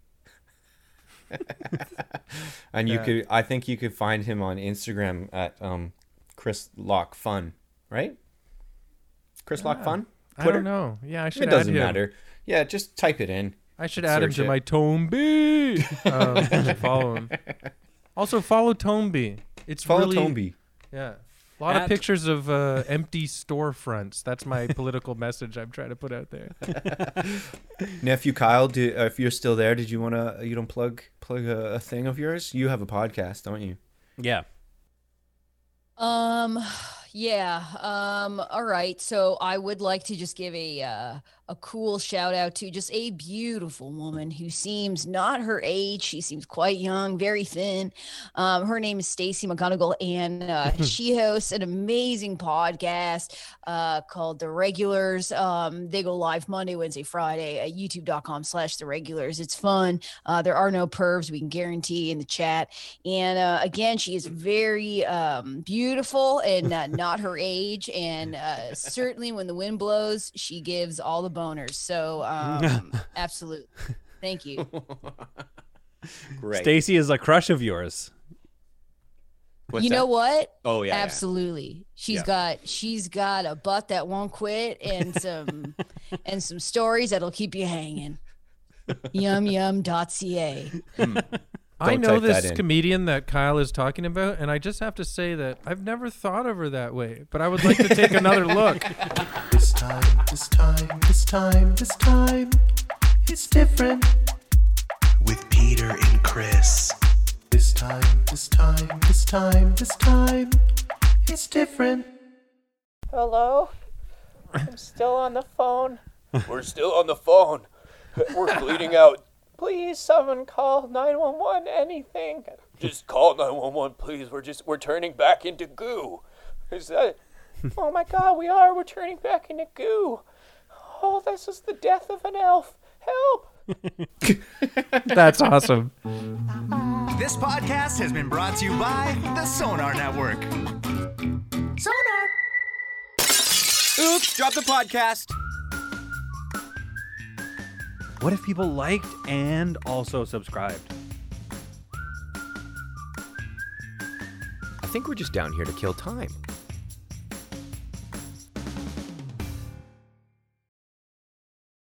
[SPEAKER 1] And you
[SPEAKER 5] Yeah.
[SPEAKER 1] could, I think you could find him on Instagram at um, Chris Lock Fun, right? Chris Lock Fun.
[SPEAKER 5] Ah, I don't know. Yeah, I should
[SPEAKER 1] It
[SPEAKER 5] add
[SPEAKER 1] doesn't
[SPEAKER 5] him.
[SPEAKER 1] matter. Yeah, just type it in.
[SPEAKER 5] I should add him
[SPEAKER 1] Search
[SPEAKER 5] to
[SPEAKER 1] it.
[SPEAKER 5] my Tomby. Um, I should follow him. Also, follow Tomby. It's
[SPEAKER 1] Follow
[SPEAKER 5] really
[SPEAKER 1] Tomby.
[SPEAKER 5] yeah. A lot
[SPEAKER 2] At-
[SPEAKER 5] of pictures of uh, empty storefronts. That's my political message I'm trying to put out there.
[SPEAKER 1] Nephew Kyle, do, uh, if you're still there, did you wanna? uh, You don't plug plug a, a thing of yours. You have a podcast, don't you?
[SPEAKER 2] yeah.
[SPEAKER 4] Um, yeah. Um, all right. So I would like to just give a uh, a cool shout out to just a beautiful woman who seems not her age. She seems quite young, very thin. Um, her name is Stacy McGonigal, and uh, she hosts an amazing podcast uh, called The Regulars. Um, they go live Monday, Wednesday, Friday at youtube.com slash The Regulars. It's fun. Uh, there are no pervs, we can guarantee in the chat. And uh, again, she is very um, beautiful and uh, not her age. And uh, certainly when the wind blows, she gives all the boners. So, um, absolutely. Thank you.
[SPEAKER 1] Great.
[SPEAKER 2] Stacy is a crush of yours.
[SPEAKER 1] What's
[SPEAKER 4] you
[SPEAKER 1] that?
[SPEAKER 4] know what?
[SPEAKER 1] Oh yeah. yeah.
[SPEAKER 4] absolutely She's
[SPEAKER 1] Yeah.
[SPEAKER 4] got she's got a butt that won't quit and some and some stories that'll keep you hanging yum yum dot ca
[SPEAKER 5] I
[SPEAKER 1] Don't
[SPEAKER 5] know
[SPEAKER 1] type that
[SPEAKER 5] this
[SPEAKER 1] in.
[SPEAKER 5] comedian that Kyle is talking about, and I just have to say that I've never thought of her that way, but I would like to take another look.
[SPEAKER 3] This time, this time, this time, this time, it's different. With Peter and Chris. This time, this time, this time, this time, it's different.
[SPEAKER 7] Hello? I'm still on the phone.
[SPEAKER 6] We're still on the phone. We're bleeding out.
[SPEAKER 7] Please, someone call 911 anything.
[SPEAKER 6] Just call 911, please. We're just we're turning back into goo. Is that
[SPEAKER 7] Oh my god, we are. We're turning back into goo. Oh, this is the death of an elf. Help!
[SPEAKER 5] That's awesome.
[SPEAKER 8] This podcast has been brought to you by the Sonar Network. Sonar!
[SPEAKER 1] Oops! Drop the podcast.
[SPEAKER 2] What if people liked and also subscribed?
[SPEAKER 1] I think we're just down here to kill time.